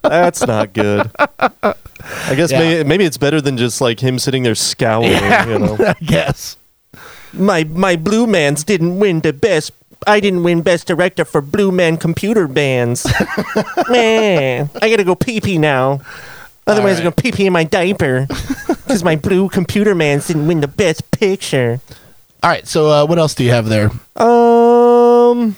That's not good. I guess Yeah. maybe, maybe it's better than just like him sitting there scowling. Yeah, You know, I guess. my my Blue Man's didn't win the best. I didn't win best director for Blue Man Computer Bands. Man, I gotta go pee pee now. Otherwise, I'm gonna pee pee in my diaper because my Blue Computer Man's didn't win the best picture. All right, so uh, what else do you have there? Um.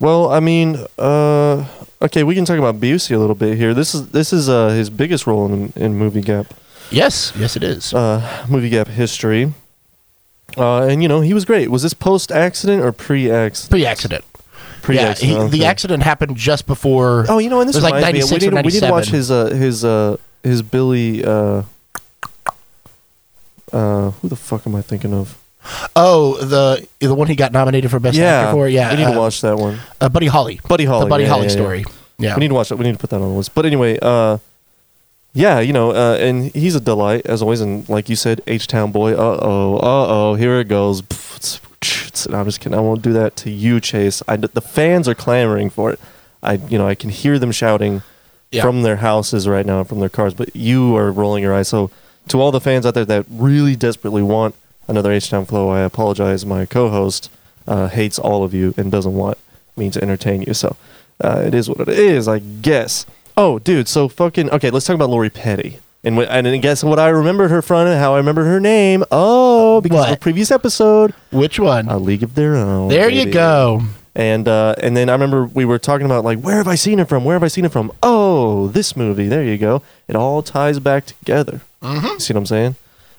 Well, I mean, uh, okay, we can talk about Busey a little bit here. This is this is uh, his biggest role in, in movie gap, Yes, yes, it is. uh, movie gap history, uh, and you know he was great. Was this post accident or pre accident? Pre-accident. Pre yeah, he, accident. the accident happened just before. Oh, you know, and this it was like reminds me, 96 we or did we did watch 97. his uh, his uh, his Billy. Uh, uh, who the fuck am I thinking of? Oh, the the one he got nominated for best actor for. Yeah, we need to uh, watch that one. uh, Buddy Holly. Buddy Holly, The Buddy yeah, Holly yeah, yeah. story. Yeah. We need to watch that. We need to put that on the list. But anyway, uh, yeah, you know, uh, and he's a delight as always. And like you said, H Town boy. Uh oh, uh oh, here it goes. Pff, it's- tch, it's- I'm just kidding. I won't do that to you, Chase. I, the fans are clamoring for it. I, you know, I can hear them shouting Yeah. from their houses right now, and from their cars. But you are rolling your eyes. So to all the fans out there that really desperately want another H Town flow, I apologize. My co-host uh, hates all of you and doesn't want me to entertain you. So uh, it is what it is, I guess. Oh, dude. So fucking okay. Let's talk about Lori Petty. And, wh- and guess what I remembered her from and how I remembered her name. Oh, because of What? a previous episode, Which one? A League of Their Own. there you Oh, baby. go. And uh, and then I remember we were talking about like where have I seen it from? Where have I seen it from? Oh, this movie. There you go. It all ties back together. Mm-hmm. See what I'm saying?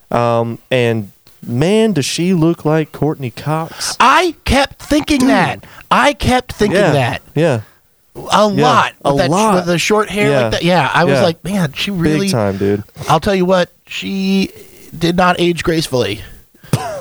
Um, and man, does she look like Courtney Cox? I kept thinking that. I kept thinking yeah, that Yeah, a lot. a with that, lot. With the short hair Yeah. like that. Yeah, I was Yeah. like, man, she really. big time, dude. I'll tell you what, she did not age gracefully.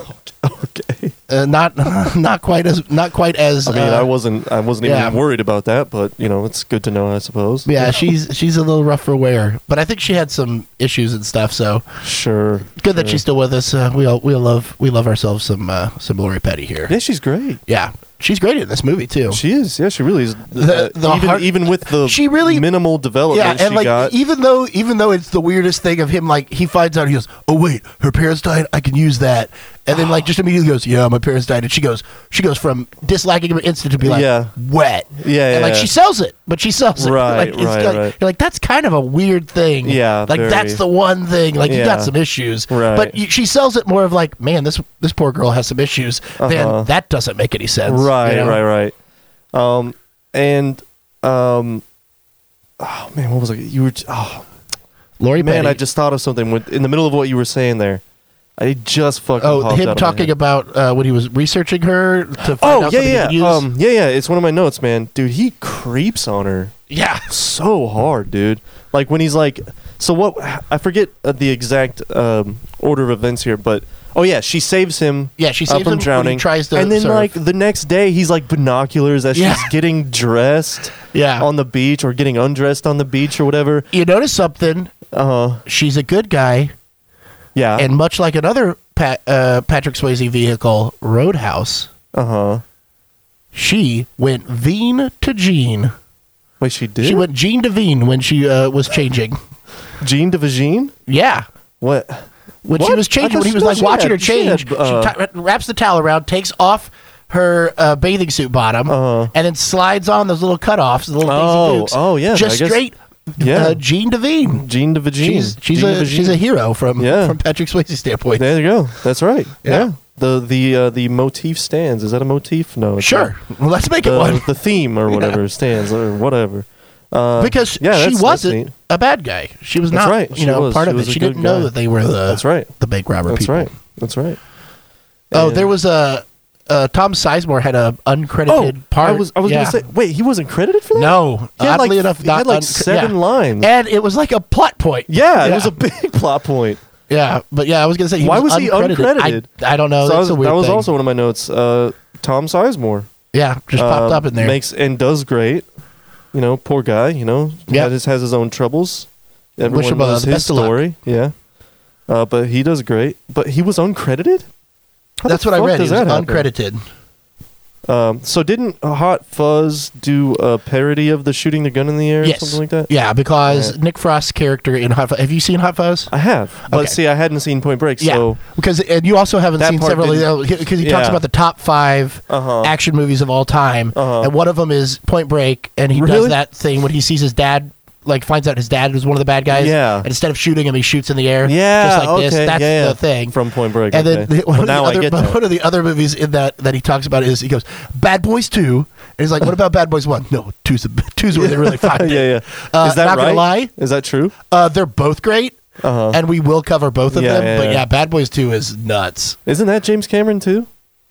Okay. Uh, not not quite as not quite as. I mean, uh, I wasn't I wasn't yeah. even worried about that, but you know, it's good to know, I suppose. Yeah, she's she's a little rough for wear, but I think she had some issues and stuff. So Sure. good that she's still with us. Uh, we all we all love we love ourselves some uh, some Lori Petty here. Yeah, she's great. Yeah, she's great in this movie too. She is. Yeah, she really is. The- the even, heart- even with the She really- minimal yeah, development and she like got. even though even though it's the weirdest thing of him, like he finds out he goes, oh wait, her parents died. I can use that, and then like just immediately goes, yeah, my parents died, and she goes, she goes from disliking him instant to be like, Yeah. wet, Yeah, and like yeah. she sells it, but she sells it, Right, like, right, like, right. You're like that's kind of a weird thing, Yeah, like very. that's the one thing, like you got Yeah. some issues, Right. But you, she sells it more of like, man, this this poor girl has some issues. Uh-huh. Then that doesn't make any sense, right, you know? right, right. Um, and um, oh man, what was I? You were oh Lori man, Petty. I just thought of something with, in the middle of what you were saying there. I just fucking Oh, popped out him of my talking head. about uh, when he was researching her to find Oh out something yeah, he could yeah, use. um, yeah, yeah. It's one of my notes, man. Dude, he creeps on her. yeah. so hard, dude. Like when he's like, so what? I forget uh, the exact um, order of events here, but oh yeah, she saves him. Yeah, she uh, saves from him when he drowning. tries to and then surf. like the next day, he's like binoculars as Yeah. she's getting dressed. Yeah. on the beach or getting undressed on the beach or whatever. You notice something? Uh huh. She's a good guy, Yeah. and much like another pa- uh, Patrick Swayze vehicle, Roadhouse, uh huh. she went Veen to Jean. Wait, she did. She went Jean to Veen when she uh, was changing. Jean to Vagine. Yeah. What? When she What? was I changing, when he was just thought like she watching her had- she change, she, had, uh, ti- wraps the towel around, takes off her uh, bathing suit bottom, Uh-huh. and then slides on those little cutoffs, the little Oh, Daisy Dukes. oh, yeah, just I guess- straight. Yeah. uh, Jean Devine. Jean to Vagine. She's she's Jean a to she's a Vagine. hero from Yeah. from Patrick Swayze's standpoint. There you go. That's right. Yeah. Yeah. The the uh, the motif stands. Is that a motif? No. it's not. Sure, well, let's make it the, one the theme or whatever stands or whatever. Uh, because yeah, that's- she that's wasn't neat. a bad guy. She was That's not right. you She know was. part She of it. was a She didn't good know guy. that they were the That's right. the bank robber That's people. right. That's right. Oh, And- there was a uh, Tom Sizemore had a uncredited part. Oh, I was I was Yeah. gonna say. Wait, he wasn't credited for that. No, He had oddly like, enough, he not had like unc- seven yeah. lines. and it was like a plot point. yeah, it was a big plot point. yeah, but yeah, I was gonna say he Why was he uncredited? I, I don't know. So I That's was- Oh, a weird that was thing. also one of my notes. Uh, Tom Sizemore yeah, just popped um, up in there. Makes and does great. You know, poor guy. You know, Yeah. yeah, has his own troubles. Everyone him, uh, knows the his best of luck. story. Yeah, uh, but he does great. But he was uncredited. How the That's what I fuck read. He does was that happen? uncredited. Um, so didn't Hot Fuzz do a parody of the shooting the gun in the air Yes. or something like that? Yeah, because Yeah. Nick Frost's character in Hot Fuzz. Have you seen Hot Fuzz? I have. But Okay. see, I hadn't seen Point Break, Yeah, so because and you also haven't That seen part several didn't- because he talks yeah. about the top 5 Uh-huh. action movies of all time, Uh-huh. and one of them is Point Break, and he does Really? that thing when he sees his dad. Like finds out his dad was one of the bad guys. Yeah. And instead of shooting him, he shoots in the air. yeah, Just like okay, this. That's yeah, yeah. the thing. from Point Break. and then okay. the- one, Well, of the now I other, get that. one of the other movies in that that he talks about is he goes Bad Boys Two, and he's like, "What about Bad Boys One? No, two's the two's where they really find it. yeah, yeah. Uh, Is that not right? gonna lie. Is that true? Uh, they're both great, Uh-huh. and we will cover both of Yeah, them. yeah, but yeah. yeah, Bad Boys Two is nuts. Isn't that James Cameron too?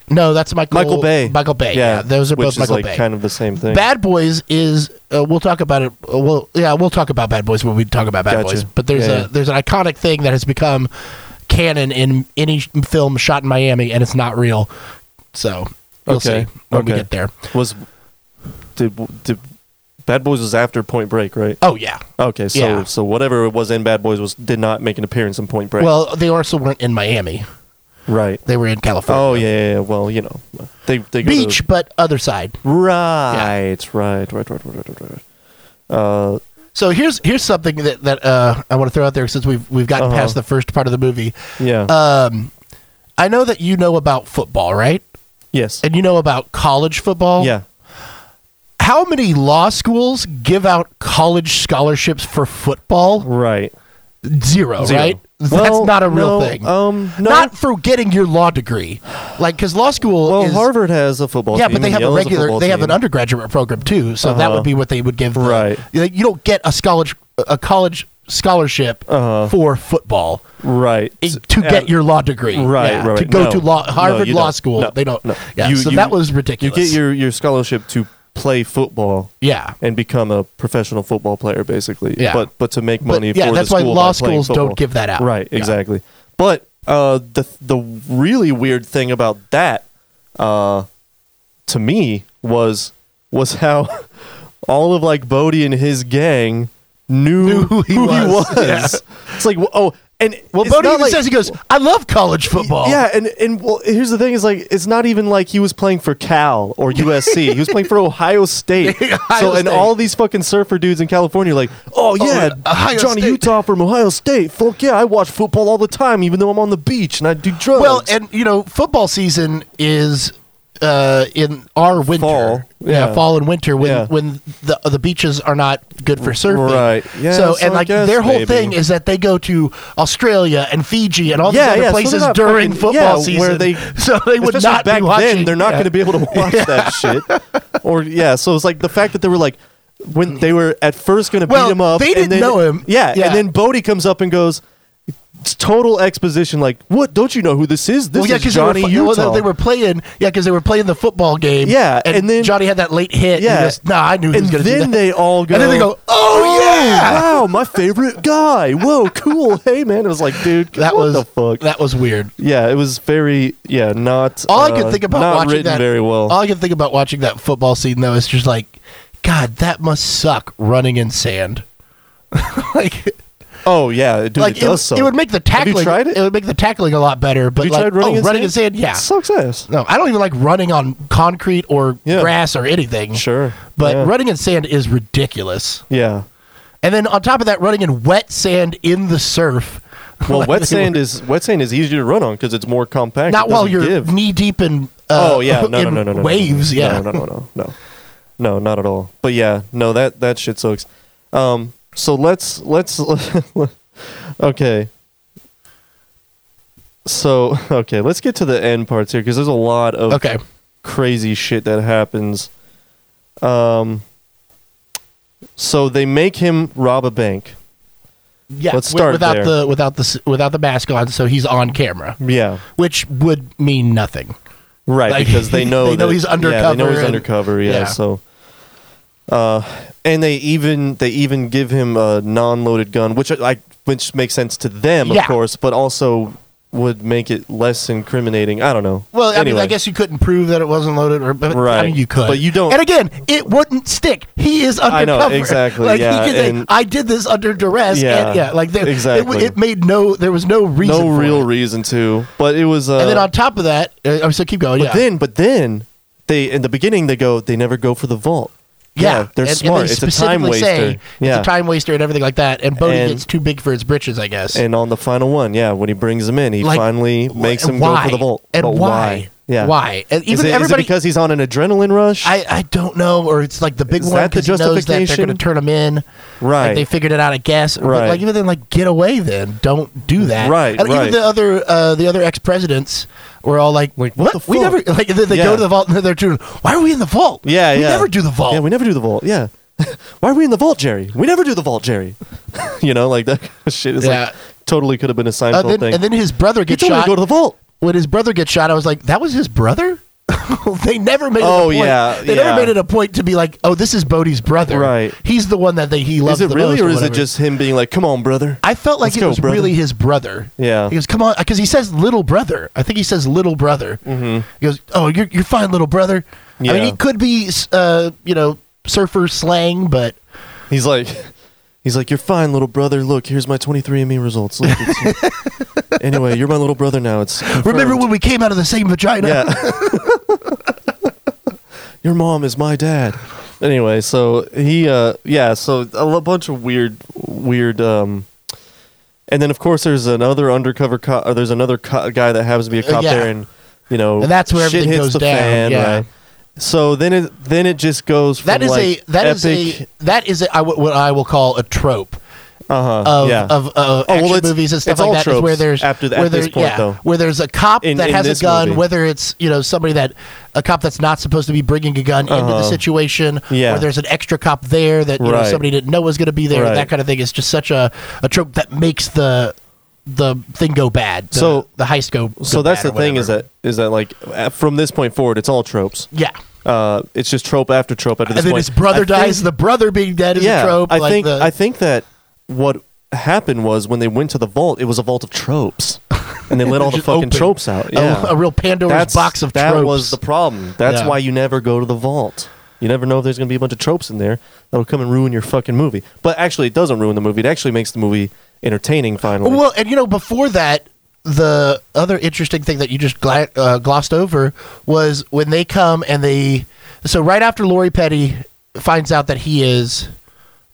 No, that's Michael Michael Bay. Michael Bay. Yeah, those are which both is Michael like Bay. kind of the same thing. Bad Boys is uh, we'll talk about it. Uh, we'll yeah, we'll talk about Bad Boys when we talk about Bad Gotcha. Boys. But there's Yeah, a yeah. there's an iconic thing that has become canon in any sh- film shot in Miami, and it's not real. So we'll Okay. see when we Okay. get there. was did, did Bad Boys was after Point Break, right? Oh yeah. Okay, so Yeah. so whatever it was in Bad Boys was did not make an appearance in Point Break. Well, they also weren't in Miami. right. They were in California. Oh yeah, yeah, yeah. Well, you know, they they go to- Beach, but other side. Right, right, right, right, right, right, right. Uh, So here's here's something that that uh, I want to throw out there since we've we've gotten Uh-huh. past the first part of the movie. yeah. Um, I know that you know about football, right? yes. And you know about college football. yeah. How many law schools give out college scholarships for football? Right. Zero, Zero. right? Well, That's not a real no, thing. um, no. Not for getting your law degree, like because law school. Well, is, Harvard has a football Yeah, team. but they and have a Yale's regular. football they have an team. undergraduate program too, so that Uh-huh. would be what they would give. the- Right. you know, You don't get a college a college scholarship Uh-huh. for football right i- to Yeah. get your law degree. Right, yeah, right, To go no. to law No, Harvard you Law don't. School, No, they don't. no. Yeah, You- so you- that was You ridiculous. get your your scholarship to play football. yeah. and become a professional football player, basically. Yeah. But but to make money. yeah, for that's the why school law by playing schools don't football. give that out. Right. Yeah. Exactly. But uh, the the really weird thing about that, uh, to me, was was how all of like Bodie and his gang knew, Knew who he was. was. It's like wh- oh, and Well, it's Bodie not even like- says he goes, "I love college football." yeah, and and well, here's the thing: is like it's not even like he was playing for Cal or USC. he was playing for Ohio State. Ohio so and State. all these fucking surfer dudes in California, are like, oh yeah, Ohio Johnny State." Utah from Ohio State. Fuck yeah, I watch football all the time, even though I'm on the beach and I do drugs. Well, and you know, football season is uh, in our winter, Fall, yeah. yeah. fall and winter when Yeah. when the the beaches are not good for surfing, Right. Yeah, so, so and I like guess their whole maybe. thing is that they go to Australia and Fiji and all these Yeah, other yeah, so places they're not during fucking- football yeah, season, where they- so they would Especially not back be watching. then, they're not yeah. going to be able to watch that shit. Or yeah, so it's like the fact that they were like when they were at first going to Well, beat him up. they and didn't then- know him. Yeah, Yeah. and then Bodie comes up and goes. it's Total exposition, like what? Don't you know who this is? This Well, yeah, is because they, were Johnny fu- Utah. well, they- they were playing. Yeah, because they were playing the football game. Yeah, and then- Johnny had that late hit. Yeah. Yeah, nah, I knew he and was going to do that. then they all go. and then they go, oh yeah, wow, my favorite guy. Whoa, cool. Hey, man. It was like, dude, that what was the fuck. that was weird. yeah, it was very, yeah, not. All I uh, could think about not watching written that very well. All I could think about watching that football scene though is just like, God, that must suck running in sand. like, oh yeah, dude, like it does it, suck. it would make the Have you tackling. tried it? would make the tackling a lot better. But Have you like, tried running oh, in running in sand, sand? yeah. It sucks ass. no, I don't even like running on concrete or Yeah. grass or anything. Sure, But yeah. running in sand is ridiculous. Yeah. And then on top of that, running in wet sand in the surf. Well, Like, wet they sand is wet sand is easier to run on because it's more compact. not It while doesn't you're give. knee deep in. Uh, Oh yeah, no, no, in no, no, no, no, waves. no, yeah, no, no, no, no, no, no, not at all. But yeah, no, that that shit sucks. Um, so let's let's okay. So okay, let's get to the end parts here because there's a lot of Okay. crazy shit that happens. Um, so they make him rob a bank. Yeah, Let's wi- start without there. the without the s- without the mask on, so he's on camera, Yeah, which would mean nothing. Right, Like, because they know they know that- he's Yeah, they know undercover he's and- undercover. Yeah, yeah. so. Uh, and they even they even give him a non-loaded gun, which I which makes sense to them, of Yeah. course, but also would make it less incriminating. I don't know. Well, I mean, Anyway. I guess you couldn't prove that it wasn't loaded, or but I Right. mean, you could, But you don't- And again, it wouldn't stick. He is I know, undercover. exactly, Like yeah, he could say, and- "I did this under duress." Yeah, and, yeah. Like there, it, w- exactly. it made no. There was no reason. no for real it. reason to, but it was. Uh, And then on top of that, uh, I'm so keep going. but yeah. then but then they in the beginning they go they never go for the vault. yeah, they're and- and smart. they it's a time specifically waster. say yeah, It's a time waster and everything like that. And Bodie And- gets too big for his britches, I guess. And on the final one, yeah, when he brings him in, he Like, finally wh- makes him why? go for the vault. And But why? Yeah. Why? And Is even it- is it, everybody- because he's on an adrenaline rush? I, I don't know, or it's like the big Is one that the because he knows that they're justification? going to turn him in. Right. Like they figured it out, I guess. But, Right. like even then, like get away, then don't do that. Right, And right. even the other uh, the other ex presidents were all like, like what what? the we fuck?" never like they, they Yeah. go to the vault and they're doing. Why are we in the vault? yeah, we yeah. never do the vault. Yeah, we never do the vault. Yeah. why are we in the vault, Jerry? We never do the vault, Jerry. you know, like that shit is Yeah. like totally could have been a Seinfeld Uh, then- thing. and then his brother you gets told me shot. to go to the vault. when his brother gets shot, I was like, that was his brother. they never made. Oh, it a point. yeah, they yeah. never made it a point to be like, oh, this is Bodie's brother. Right. he's the one that they, he Is loves. it the really, most or is it whatever. just him being like, "Come on, brother"? I felt like Let's it go, was brother. really his brother. Yeah. He goes, come on, because he says little brother. I think he says little brother. Mm-hmm. He goes, oh, you're, you're fine, little brother. I mean, Yeah. it could be, s- uh, you know, surfer slang, but He's like, he's like, "You're fine, little brother. Look, here's my 23andMe results. Look, it's- anyway, you're my little brother now. It's remember confirmed." when we came out of the same vagina? Yeah. Your mom is my dad. Anyway, so he, uh, yeah, so a lo- bunch of weird, weird, um, and then of course there's another undercover cop, or there's another co- guy that happens to be a Uh, cop yeah. there, and you know, And that's where shit everything hits goes the down, fan, yeah. right? So then it then it just goes from That is like a that is epic, a that is a, I w- what I will call a trope. Uh-huh, of, yeah. of, of well, action it's- movies and stuff it's like all that is tropes where there's after the- at where there- this point, yeah, though. where there's a cop In- that in has this a gun, movie. whether it's you know somebody that a cop that's not supposed to be bringing a gun into the situation, Uh-huh. Yeah. or there's an extra cop there that you know Right. somebody didn't know was going to be there, Right. that kind of thing. It's just such a, a trope that makes the the thing go bad. The, So- the heist go. go so that's bad the or thing is whatever. that is that like uh, from this point forward, it's all tropes. yeah. Uh, it's just trope after trope after this And then point. his brother I dies. think- the brother being dead is yeah, a trope. I like think the, I think that what happened was when they went to the vault, it was a vault of tropes, and they let all the Just fucking open. tropes out. A- Yeah, a, real Pandora's box of that tropes. was the problem. That's Yeah. why you never go to the vault. You never know if there's going to be a bunch of tropes in there that'll come and ruin your fucking movie. But actually, it doesn't ruin the movie. It actually makes the movie entertaining. Finally, Well, and you know, before that, the other interesting thing that you just gla- uh, glossed over was when they come and they. So right after Lori Petty finds out that he is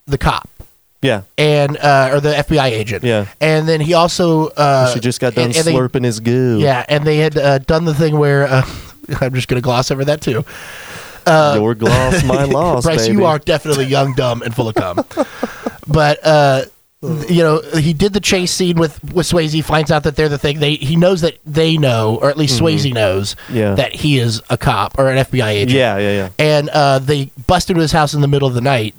the cop yeah. and uh, or the FBI agent, Yeah. and then he also uh, she just got done and- and they- slurping his goo. yeah, and they had uh, done the thing where uh, I'm just going to gloss over that too. your gloss, my loss, Bryce, baby. you are definitely young, dumb, and full of cum. but uh, th- you know, he did the chase scene with with Swayze. Finds out that they're the thing. They he knows that they know, or at least Swayze knows Mm-hmm. Yeah. that he is a cop or an FBI agent. Yeah, yeah, yeah. And uh, they bust into his house in the middle of the night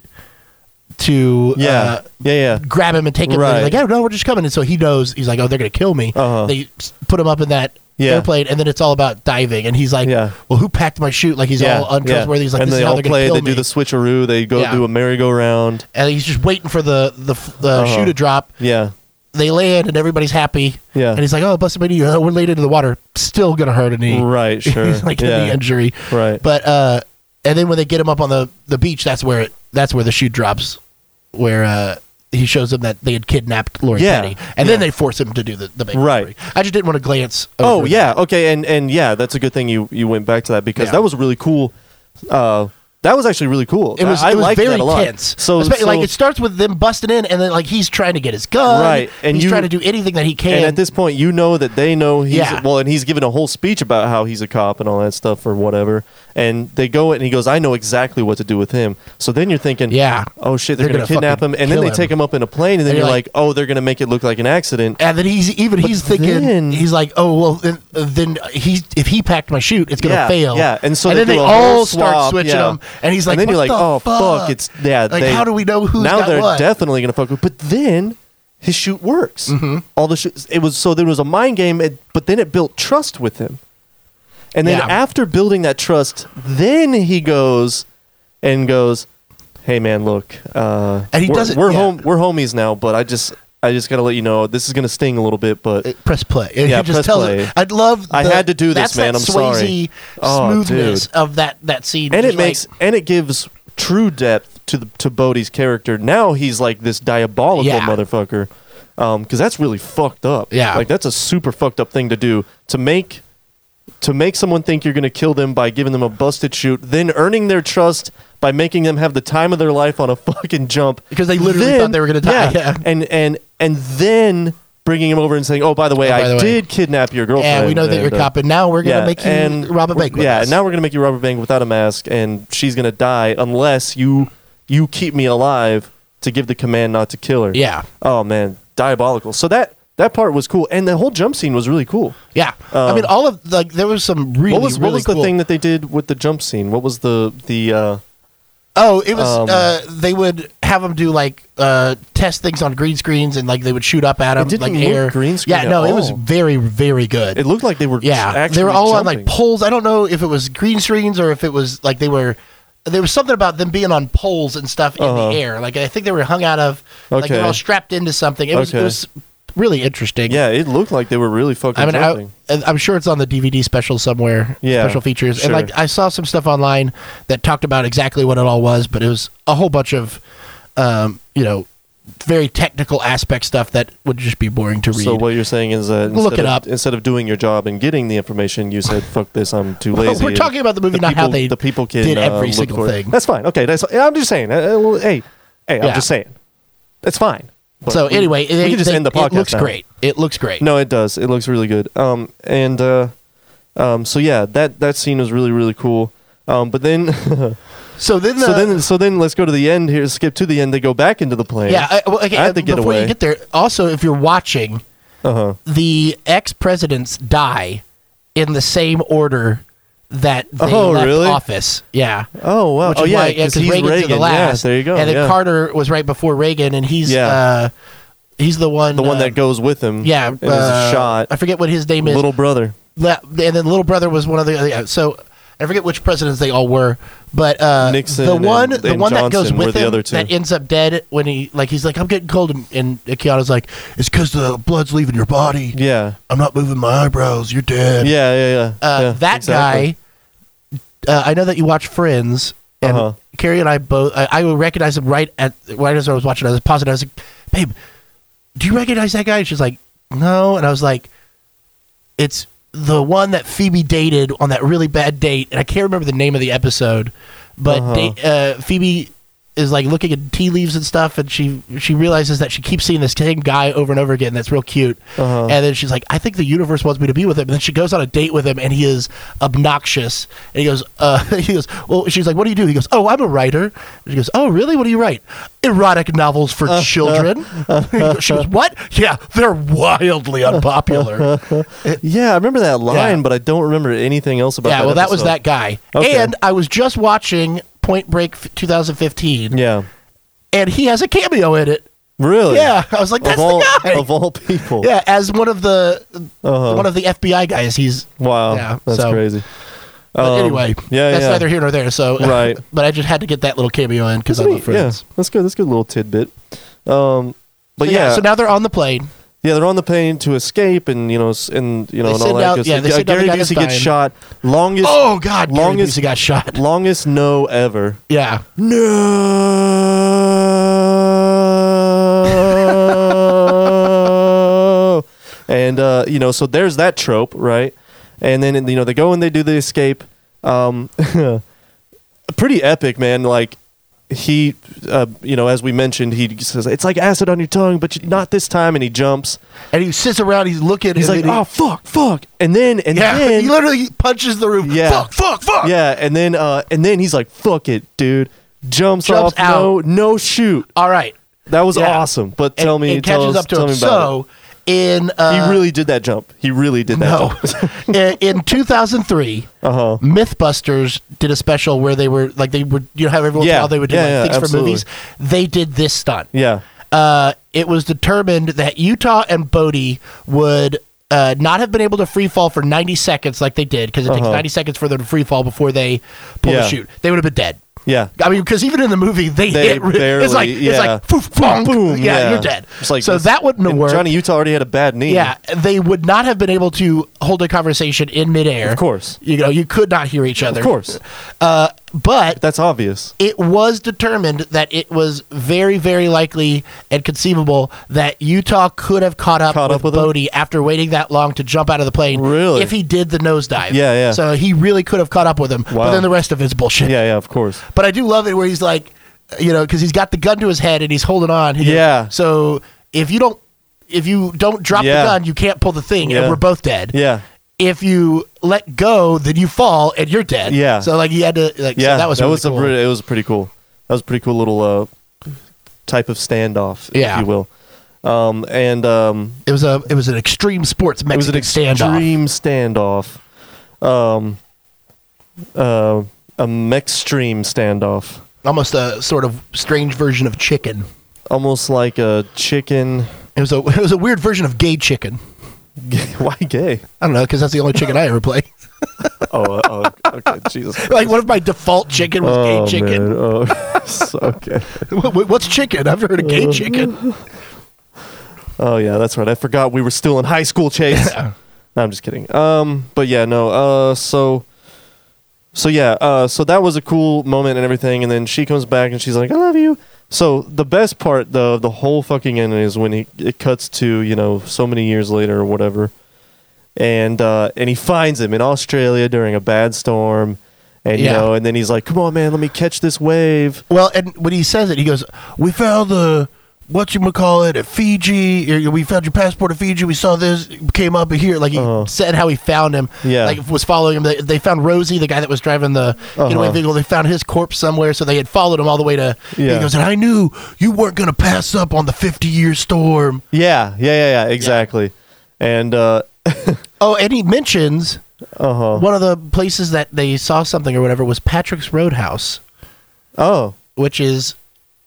to Yeah, uh, yeah, yeah. grab him and take him. They're Right. Like, yeah, no, we're just coming. And so he knows. He's like, oh, they're gonna kill me. Uh-huh. They s- put him up in that. Yeah. Airplane, and then it's all about diving, and he's like, Yeah. "Well, who packed my chute?" Like he's yeah, all untrustworthy. yeah. He's like, and "This they is how all they're play. gonna They kill do me." the switcheroo. They go Yeah. do a merry-go-round. and he's just waiting for the the, f- the Uh-huh. shoe to drop. Yeah, They land and everybody's happy. Yeah. and he's like, "Oh, busted my knee. Oh, we're laid into the water. Still gonna hurt a knee. right, sure. he's like yeah. a knee injury. Right. But uh, and then when they get him up on the the beach, that's where it that's where the shoe drops, where uh he shows them that they had kidnapped Lori Yeah. Petty, and then they force him to do the the bank Right. robbery. I just didn't want to glance. Oh over yeah, okay, and and yeah, that's a good thing you you went back to that because Yeah. that was really cool. Uh, that was actually really cool. It was, I, I it was liked very that a lot. tense. So, Espe- so like it starts with them busting in, and then like he's trying to get his gun, Right, and he's you- trying to do anything that he can. and at this point, you know that they know he's Yeah. well, and he's given a whole speech about how he's a cop and all that stuff or whatever. And they go and he goes, "I know exactly what to do with him." So then you're thinking, Yeah. oh shit, they're, They're gonna, gonna kidnap him, fucking and then kill they him. take him up in a plane, and then And you're you're like, oh, they're gonna make it look like an accident. And then he's even he's thinking then- he's like, oh well, then, then he if he packed my chute, it's gonna Yeah, fail. yeah. And so they then do they a whole all start swap, switching yeah. them, and he's like, and then you're "What like, the oh fuck? it's yeah. Like, they- how do we know who's now got they're what? definitely gonna fuck with. But then his shoot works. Mm-hmm. All the shoot, it was so there was a mind game, it, but then it built trust with him. And then Yeah. after building that trust, then he goes and goes, "Hey man, look, uh, And he we're, doesn't- We're yeah. home. We're homies now, but I just." I just gotta let you know this is gonna sting a little bit, but Press play. And Yeah, he just press tells play. Him, I'd love. I the- had to do this, that's man. That I'm sorry. Swayze Oh, smoothness dude. of that that scene, and Just it makes like, and it gives true depth to the to Bodhi's character. Now he's like this diabolical Yeah. motherfucker, because that's really fucked up. Yeah. like that's a super fucked up thing to do to make to make someone think you're going to kill them by giving them a busted shoot, then earning their trust by making them have the time of their life on a fucking jump Because they literally thought they were gonna die, yeah. and and and then. Bringing him over and saying, "Oh, by the way, by I the way. did kidnap your girlfriend." yeah, we know that you're and, uh, copping. Now we're gonna make you rob a w- bank. with yeah, us. and now we're gonna make you rob a bank without a mask, and she's gonna die unless you you keep me alive to give the command not to kill her. Yeah. Oh man, diabolical. So that that part was cool, and the whole jump scene was really cool. yeah. I um, mean, all of like there was some really what was really what was cool. the thing that they did with the jump scene? What was the the uh, Oh, it was. Um, uh, they would have them do like uh, test things on green screens, and like they would shoot up at them didn't like look air green screen Yeah, at no, it was all. very very good. it looked like they were yeah, actually they were all on like jumping. poles. I don't know if it was green screens or if it was like they were. There was something about them being on poles and stuff in Uh-huh. the air. Like I think they were hung out of. Like they were Okay. all strapped into something. It was Okay. it was really interesting. yeah, it looked like they were really fucking I mean, I, jumping. and I'm sure it's on the DVD special somewhere. Yeah, special features. sure. And like, I saw some stuff online that talked about exactly what it all was, but it was a whole bunch of, um, you know, very technical aspect stuff that would just be boring to read. so what you're saying is that Look instead it of, up. instead of doing your job and getting the information, you said "fuck this, I'm too Well, lazy." we're and talking about the movie, not how people- they the people can, did uh, every look single for it. thing. That's fine. Okay, that's I'm just saying. uh, uh, well, hey, hey, I'm Yeah. just saying. That's fine. But so we- anyway, we they- can just they- end the podcast. It looks now. great. It looks great. No, it does. It looks really good. Um, and uh, um, so yeah, that that scene was really really cool. Um, but then So then, the, So then, so then, let's go to the end here. Skip to the end. They go back into the plane. yeah. I, well, okay, uh, I have to get before away. you get there, also if you're watching, uh-huh. the ex presidents die in the same order that they Oh, left really? office. Yeah. Oh wow. Which oh is yeah, why- yeah, because he's Reagan's Reagan. the last. Yeah, there you go. And then yeah. Carter was right before Reagan, and he's Yeah. uh, he's the one, the one uh, that goes with him. yeah, and is uh, shot. I forget what his name is. Little brother. Le- and then little brother was one of the uh, yeah, so I forget which presidents they all were, but uh, Nixon the one and- the and one that goes Johnson were with the him other two. that ends up dead when he like he's like I'm getting cold and, and Keanu's like it's because the blood's leaving your body. Yeah. I'm not moving my eyebrows. You're Yeah. dead. Yeah. Yeah. Uh, yeah, that exactly. guy. Uh, I know that you watch Friends, and Uh-huh. Carrie and I both. I, I recognized him right at right as I was watching. I was pausing. I was like, "Babe, do you recognize that guy?" And she's like, "No," and I was like, "It's the one that Phoebe dated on that really bad date," and I can't remember the name of the episode, but Uh-huh. they, uh, Phoebe is like looking at tea leaves and stuff, and she she realizes that she keeps seeing this same guy over and over again. That's real cute. Uh-huh. And then she's like, I think the universe wants me to be with him. And then she goes on a date with him, and he is obnoxious. And he goes, uh, he goes, well, she's like, what do you do? He goes, oh, I'm a writer. And she goes, oh, really? What do you write? Erotic novels for Uh-huh. children. she goes, what? Yeah, they're wildly unpopular. Yeah, I remember that line, Yeah. but I don't remember anything else about. yeah, that well, that was episode. that guy. Okay. And I was just watching Point Break f- 2015, Yeah. and he has a cameo in it. Really? Yeah, I was like, that's of all, the guy. Of all people. yeah, as one of the Uh-huh. one of the FBI guys, he's Wow. Yeah, that's so- crazy. But Um, anyway, yeah, that's yeah. neither here nor there. So Right. but I just had to get that little cameo in because I love That's neat. Uh, Yeah, Friends. that's good. That's a good little tidbit. Um, but So, yeah, so now they're on the plane. yeah, they're on the plane to escape, and you know, s- and you know, They and all send that. out- good yeah, stuff. they send out Gary the guy that's Busey gets dying. shot. Longest, Oh God, long longest- as he got shot. longest no ever. Yeah, No. and uh, you know, so there's that trope, right? And then you know they go and they do the escape. Um, pretty epic, man. Like he, uh, you know, as we mentioned, he says it's like acid on your tongue, but you- not this time. And he jumps. and he sits around. He's looking. He's and like, then he- oh fuck, fuck. And then and yeah. then he literally punches the roof. Yeah. fuck, fuck, fuck. yeah, and then uh, and then he's like, fuck it, dude. Jumps, Jumps off. No, no shoot. All right. That was Yeah. awesome. But And- tell me, and tell catches us, up to tell him. me about So in it. uh, he really did that jump. He really did that. no, in, in 2003. Uh huh. MythBusters did a special where they were like they were you know how everyone Yeah. how they would do Yeah, like, yeah, things absolutely. for movies. They did this stunt. Yeah. uh, it was determined that Utah and Bodie would uh, not have been able to free fall for 90 seconds like they did because it takes Uh-huh. 90 seconds for them to free fall before they pull Yeah. the shoot. They would have been dead. Yeah. I mean, because even in the movie, they, They hit. re- barely- it's like it's yeah. like poof, bonk. Boom. Yeah, you're dead. It's like so this- that wouldn't have and worked. Johnny Utah already had a bad knee. yeah, they would not have been able to hold a conversation in midair. Of course. you know you could not hear each other. Of course. uh, but That's obvious. it was determined that it was very, very likely and conceivable that Utah could have caught up Caught with, up with him? Bodie after waiting that long to jump out of the plane. Really? If he did the nosedive. Yeah, yeah. So he really could have caught up with him. Wow. But then the rest of it's bullshit. Yeah. Yeah. Of course. But I do love it where he's like, you know, because he's got the gun to his head and he's holding on. He goes, Yeah. So if you don't, if you don't drop Yeah. the gun, you can't pull the thing, Yeah. and we're both dead. Yeah. If you let go, then you fall and you're dead. Yeah. So like he had to like. Yeah. So that was really a cool. pretty, it was pretty cool. That was a pretty cool little uh, type of standoff, Yeah. if you will. Um, and um, It was a it was an extreme sports it was Mexican an standoff. extreme standoff. Um, uh, a Mextreme standoff, Almost a sort of strange version of chicken. almost like a chicken. It was a it was a weird version of gay chicken. Why gay? I don't know because that's the only chicken I ever play. Oh, oh okay, Jesus. like what if my default chicken was oh, gay chicken? Man. Oh, so- okay. What- what- What's chicken? I've heard of Uh, gay chicken. Oh yeah, that's right. I forgot we were still in high school, Chase. No, I'm just kidding. Um, but yeah, no. Uh, so, so yeah. Uh, so that was a cool moment and everything. And then she comes back and she's like, "I love you." So the best part, though, of the whole fucking end is when he it cuts to you know so many years later or whatever, and uh, and he finds him in Australia during a bad storm, and you Yeah. know, and then he's like, "Come on, man, let me catch this wave." Well, and when he says it, he goes, "We found the what you call it at Fiji. or, We found your passport at Fiji. We saw this came up here. Like he Uh-huh. said how he found him. Yeah. like was following him. They, they found Rosie, the guy that was driving the getaway Uh-huh. vehicle. They found his corpse somewhere, so they had followed him all the way to. Yeah. He goes, and I knew you weren't gonna pass up on the fifty-year storm. Yeah, yeah, yeah, yeah, exactly. And uh Oh, and he mentions uh huh. one of the places that they saw something or whatever was Patrick's Roadhouse, Oh, which is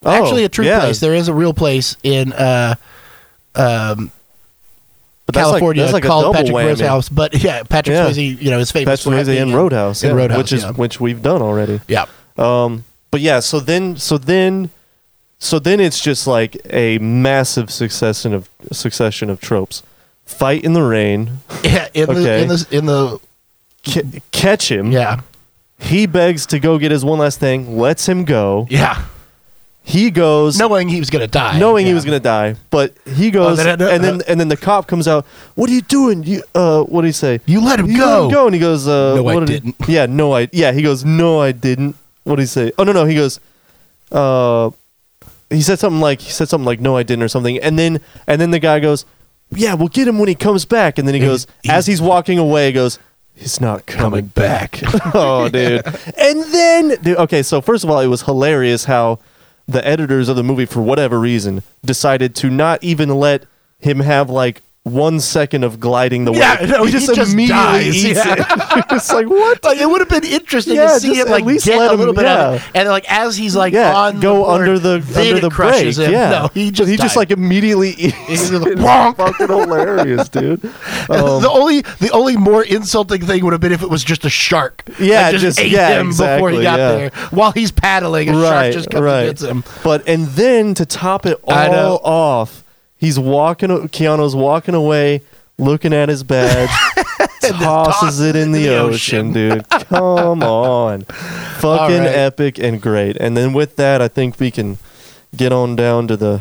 Oh, actually a true yeah. place. There is a real place in uh, um, but that's like- California that's like a double called Patrick whammy. Roadhouse. But yeah, Patrick Yeah. Swayze, you know, is famous That's for Wednesday being in in- Roadhouse, in yeah, Roadhouse, which is yeah. which we've done already. Yeah, Um, but yeah, so then, so then, so then it's just like a massive succession of succession of tropes: fight in the rain, yeah. In the Okay. in the in the ca- catch him. yeah He begs to go get his one last thing. Lets him go. yeah, He goes. knowing he was gonna die, knowing yeah. Oh, he was gonna die. But he goes, then I know- and then and then the cop comes out. What are you doing? You uh, what do you say? You let him You go." him go, and he goes, uh, No, I what didn't. He, yeah, no, I yeah. He goes, no, I didn't. What do you say? Oh no, no. He goes, uh, he said something like he said something like no, I didn't or something. And then and then the guy goes, yeah, we'll get him when he comes back. And then he And goes, he's- as he's walking away, he goes. He's not coming coming back. back. oh, dude. And then, dude, okay, so first of all, it was hilarious how the editors of the movie, for whatever reason, decided to not even let him have like one second of gliding the way. Yeah, no, he just dies, eats yeah. it. it's like, what? Like it would have been interesting Yeah, to see just him at like least get let a him- little bit of it, yeah. and like as he's like yeah, on go board, under the then under it the crushes brake. him. Yeah, no, he just he just died. like immediately eats. He's like, it. "Bonk." fucking hilarious, dude. Um, the only the only more insulting thing would have been if it was just a shark. Yeah, that just, just- ate yeah, him before he exactly, got yeah. there. While he's paddling, a shark just comes and gets him. But and then to top it I know. all off, he's walking. uh, Keanu's walking away, looking at his badge, tosses it in the, the ocean, dude. Come on, fucking right. epic and great. And then with that, I think we can get on down to the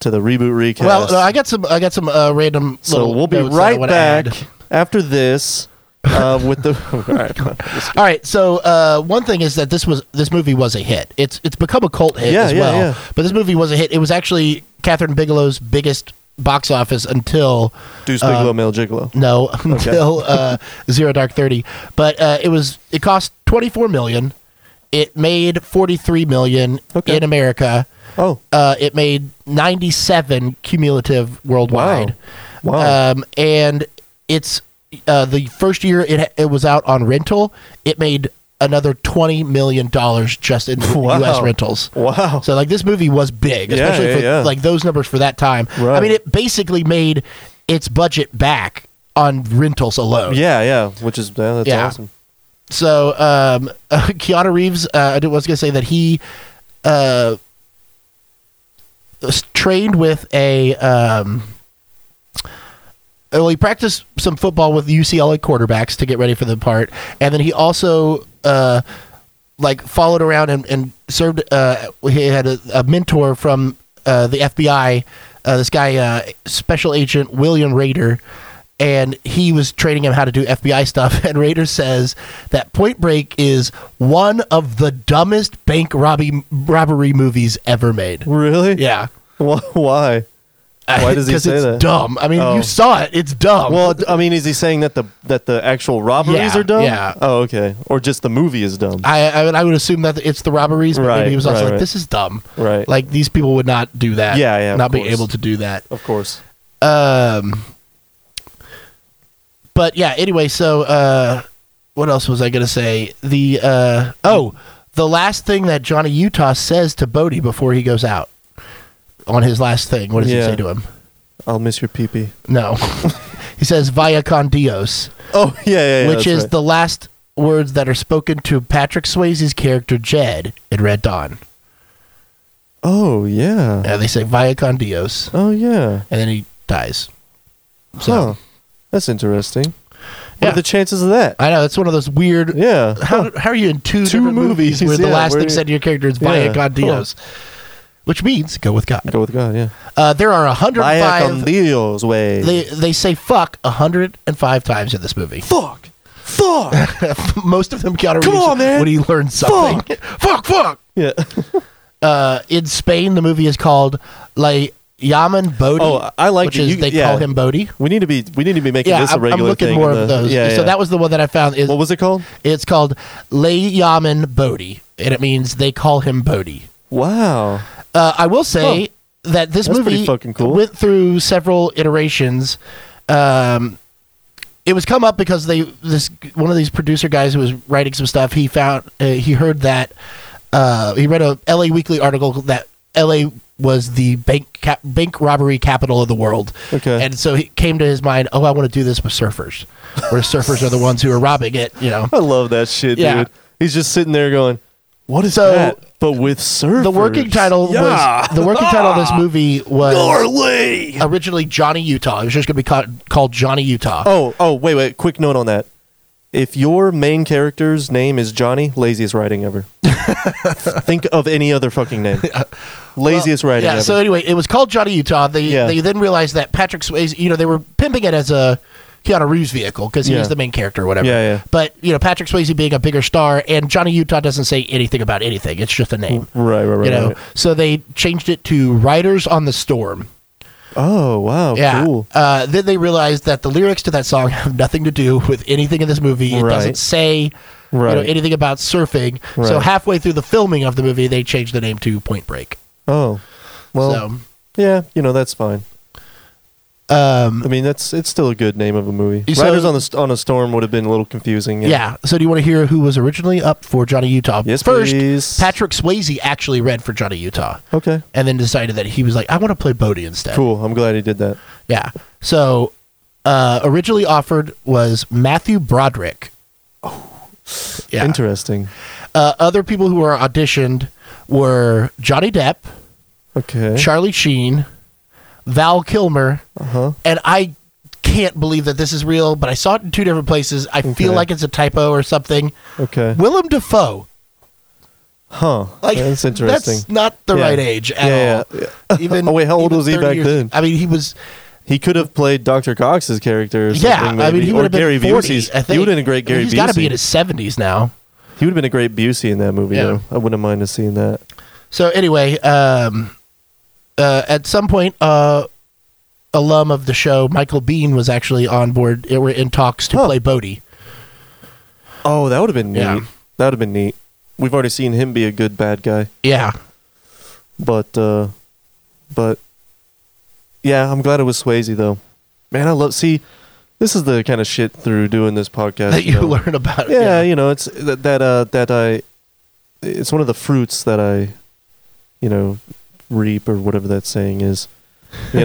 to the reboot recast. Well, no, I got some I got some uh, random. so little we'll be notes that I right wanna back add. after this uh, with the. all right, come on. All right, so uh, one thing is that this was this movie was a hit. It's it's become a cult hit Yeah, as yeah, well. yeah. But this movie was a hit. It was actually Catherine Bigelow's biggest box office until Deuce Bigelow, Um, Male Gigolo. No, until uh, Zero Dark Thirty. But uh, it was it cost twenty four million. It made forty three million Okay. in America. Oh, Uh, it made ninety seven cumulative worldwide. Wow. Um, and it's uh, the first year it it was out on rental. It made another twenty million dollars just in Wow. U.S. rentals. wow. So like this movie was big, Yeah, especially yeah, for yeah. like those numbers for that time. I Right. mean, it basically made its budget back on rentals alone. Yeah, yeah, which is yeah, that's Yeah. awesome. So um, Keanu Reeves, uh, I was going to say that he uh, s- trained with a. Um, well, he practiced some football with UCLA quarterbacks to get ready for the part, and then he also uh, like followed around and, and served. Uh, he had a, a mentor from uh, the FBI, uh, this guy, uh, Special Agent William Rader, and he was training him how to do FBI stuff. And Rader says that Point Break is one of the dumbest bank robbery robbery movies ever made. Really? Yeah. Wh- Why? Why does he Uh, 'Cause say it's that? Dumb. I mean, Oh. you saw it. It's dumb. Well, d- I mean, is he saying that the that the actual robberies Um, Yeah, are dumb? yeah. Oh, okay. Or just the movie is dumb? I, I mean, I would assume that it's the robberies, but maybe Right, he was also right, like, right. "This is dumb. Right. Like these people would not do that. Yeah, yeah, of Not be course. able to do that. of course. Um. But yeah. Anyway, so uh, what else was I gonna say? The uh oh, the last thing that Johnny Utah says to Bodie before he goes out on his last thing. What does he Yeah. say to him? I'll miss your peepee. No. he says "Via con Dios." Oh, yeah, yeah, yeah which that's is right. the last words that are spoken to Patrick Swayze's character Jed in Red Dawn. Oh yeah. Uh, they say "Via con Dios," Oh yeah. and then he dies. Huh. That's interesting. What Yeah. are the chances of that? I know that's one of those weird. yeah. How, how are you in two, Two different movies, movies, where the yeah, last where thing you- said to your character is "Via Yeah, con huh. Dios," which means "Go with God." Go with God. Yeah. Uh, there are Vaya con 105. Dios way. They they say "fuck" 105 times in this movie. fuck. Fuck. Most of them Keanu Come Reeves on, man. when he learns something. fuck, fuck. yeah. uh, in Spain, the movie is called like Yaman Bodhi. Oh, I like which that is you- they yeah. call him Bodhi. We need to be we need to be making Yeah, this a I'm, I'm regular looking thing. more in of the- those. Yeah, so yeah. that was the one that I found. Is, what was it called? It's called Lay Yaman Bodhi, and it means they call him Bodhi. Wow. Uh, I will say that this That's pretty movie fucking cool. went through several iterations. Um, it was come up because they this one of these producer guys who was writing some stuff. He found uh, he heard that uh, he read a L.A. Weekly article that L.A. was the bank cap, bank robbery capital of the world. Okay. and so he came to his mind, oh, I want to do this with surfers, where surfers are the ones who are robbing it. You know, I love that shit, Yeah. dude. He's just sitting there going, "What is So- that?" But with surfers. the working title Yeah. was the working title of this movie was. Gnarly. originally Johnny Utah. It was just going to be ca- called Johnny Utah. Oh, oh, wait, wait. Quick note on that. If your main character's name is Johnny, laziest writing ever. Think of any other fucking name. Laziest writing yeah. ever. So anyway, it was called Johnny Utah. They Yeah. they then realized that Patrick Swayze, you know, they were pimping it as a Keanu Reeves vehicle because he Yeah. was the main character or whatever. Yeah, yeah. But you know, Patrick Swayze being a bigger star and Johnny Utah doesn't say anything about anything. It's just a name. right, right, right. You know, right. so they changed it to Riders on the Storm. Oh, wow. Yeah. Cool. Uh, then they realized that the lyrics to that song have nothing to do with anything in this movie. It Right. doesn't say you know, Right. anything about surfing. So Right. halfway through the filming of the movie, they changed the name to Point Break. Oh. Well, yeah, you know, that's fine. so, um, I mean, that's it's still a good name of a movie. So- Riders on Mm. the St- on a Storm would have been a little confusing. yeah. So do you want to hear who was originally up for Johnny Utah? Yes, First, please. Patrick Swayze actually read for Johnny Utah Okay. and then decided that he was like, I want to play Bodie instead. Cool. I'm glad he did that. Yeah. So uh, originally offered was Matthew Broderick. Oh. Yeah. Interesting. uh, other people who were auditioned were Johnny Depp, Okay. Charlie Sheen, Val Kilmer, Uh-huh. and I can't believe that this is real, but I saw it in two different places. I Okay. feel like it's a typo or something. Okay. Willem Dafoe. Huh. Like that's interesting. not the Yeah. right age at Yeah, all. yeah, Even Oh, wait, how old even was he 30 back then? I mean, he was He could have played Dr. Cox's character. Or yeah. something, I mean, maybe. he Or would have been Gary forty. Busey's. I think He would have been a great I mean, Gary He's Busey. got to be in his seventies now. he would have been a great Busey in that movie. Yeah. Though. I wouldn't mind to seeing that. So anyway, um, uh, at some point, uh, alum of the show Michael Bean was actually on board. They were in talks to Huh. play Bodie. Oh, that would have been neat. Yeah. That would have been neat. We've already seen him be a good bad guy, Yeah, but uh, but yeah, I'm glad it was Swayze though. Man, I love see. This is the kind of shit through doing this podcast that you know. learn about. it. yeah, you know, it's that that uh, that I, it's one of the fruits that I, you know, reap or whatever that saying is, you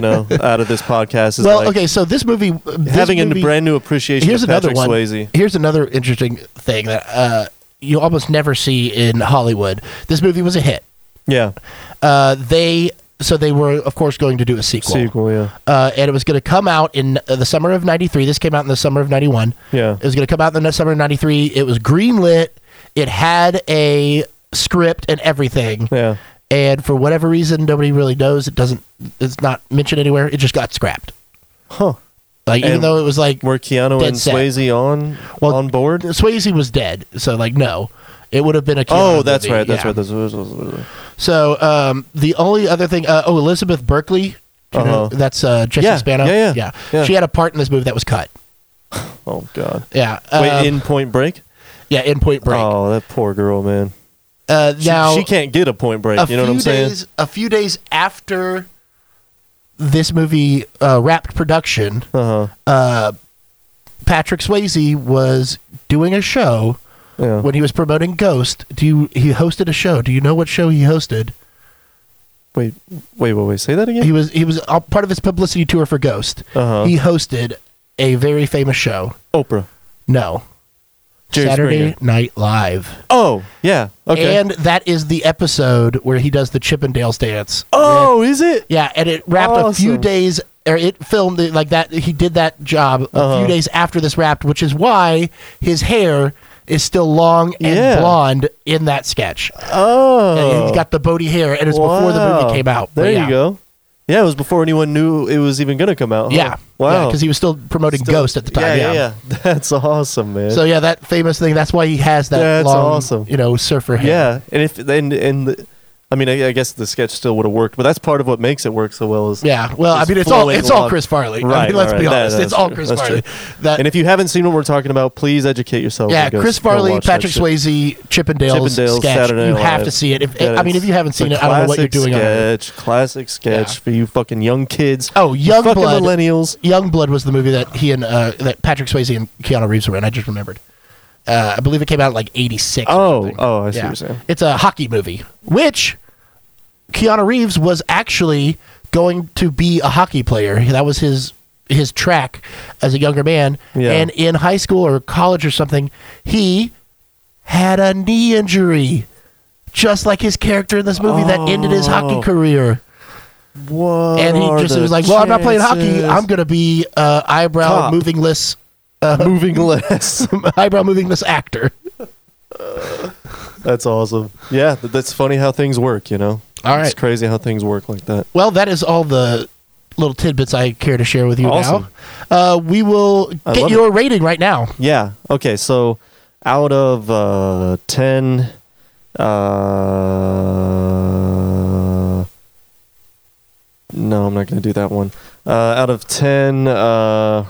know, out of this podcast is Well, like okay, so this movie uh, this having movie, a brand new appreciation. Here's of another Patrick one. Swayze. Here's another interesting thing that uh, you almost never see in Hollywood. This movie was a hit. Yeah, Uh, they so they were of course going to do a sequel. sequel. Yeah, Uh, and it was going to come out in uh, the summer of 93. This came out in the summer of 91. yeah. It was going to come out in the summer of 93. It was greenlit. It had a script and everything. yeah. And for whatever reason, nobody really knows. It doesn't, it's not mentioned anywhere. It just got scrapped. Huh? Like, even And though it was like, Were Keanu Dead and set. Swayze on Well, on board? Swayze was dead. So, like, no. It would have been a Keanu Oh, that's movie, right. That's yeah. right. That's, that's, that's, that's, So, um, the only other thing, uh, oh, Elizabeth Berkley. Do you know- Uh-huh. That's uh, Jesse Yeah, Spano. yeah, yeah, yeah. She had a part in this movie that was cut. oh God. Yeah. um, Wait, in Point Break. yeah, in Point Break. Oh, that poor girl, man. uh, She, now, she can't get a Point Break. a you know what few I'm saying? days a few days after this movie uh, wrapped production, Uh huh. Patrick Swayze was doing a show Yeah. when he was promoting Ghost. Do you he hosted a show? Do you know what show he hosted? Wait, wait, wait, wait. Say that again. He was he was all part of his publicity tour for Ghost. Uh-huh. He hosted a very famous show. Oprah. No, Jerry Saturday Springer. Night Live, Oh, yeah. Okay. and that is the episode where he does the Chippendales dance. oh, is it? Yeah, and it wrapped a few Awesome. days, or it filmed it like that. He did that job a Uh-huh. few days after this wrapped, which is why his hair is still long and Yeah. blonde in that sketch. And Oh. he's got the Bodie hair, and it's before the Wow. movie came out. But There yeah. you go. Yeah, it was before anyone knew it was even going to come out. huh? Yeah, Wow. because he was still promoting Still- Ghost at the time. Yeah, Yeah, yeah. yeah. That's awesome, man. So yeah, that famous thing. That's why he has that That's long, awesome. you know, surfer hair. yeah, and if and and I mean, I, I guess the sketch still would have worked, but that's part of what makes it work so well. Is Yeah. Well, I Just mean, it's full all weight it's all log. Chris Farley. I Right, mean, let's right, be right. That- honest. it's that's all true, Chris that's Farley. true. That and if you haven't seen what we're talking about, please educate yourself. yeah, and go- Chris go Farley, watch that Patrick shit. Swayze, Chip and Dale's Chippendales, sketch. Saturday you Night have Live. to see it. If Yeah, I mean, it's if you haven't the seen it, I don't know what you're classic doing. on it. Sketch, classic sketch Yeah. for you fucking young kids. Oh, you young fucking blood. millennials. Young Blood was the movie that he and uh, that Patrick Swayze and Keanu Reeves were in. I just remembered. Uh, I believe it came out in like '86. Oh, oh, I see what yeah. you're saying. It's a hockey movie, which Keanu Reeves was actually going to be a hockey player. That was his his track as a younger man. Yeah. And in high school or college or something, he had a knee injury, just like his character in this movie that ended his hockey Oh. career. What And he are just the was like, "Well, I'm not playing hockey. chances?" I'm gonna be uh, eyebrow Cop. movingless, moving less." eyebrow movingless actor." that's awesome. Yeah, th- that's funny how things work. You know, All it's right. crazy how things work like that. Well, that is all the little tidbits I care to share with you Awesome. now. Uh, we will I get love your rating right now. Yeah. Okay. So, out of uh, ten, uh, no, I'm not gonna do that one. Uh, out of ten, uh,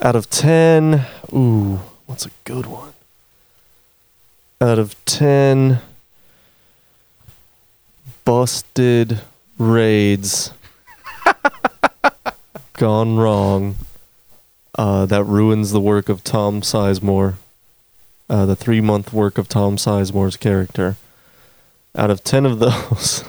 out of ten, ooh, what's a good one? Out of ten busted raids gone wrong uh, that ruins the work of Tom Sizemore, uh, the three month work of Tom Sizemore's character. Out of 10 of those,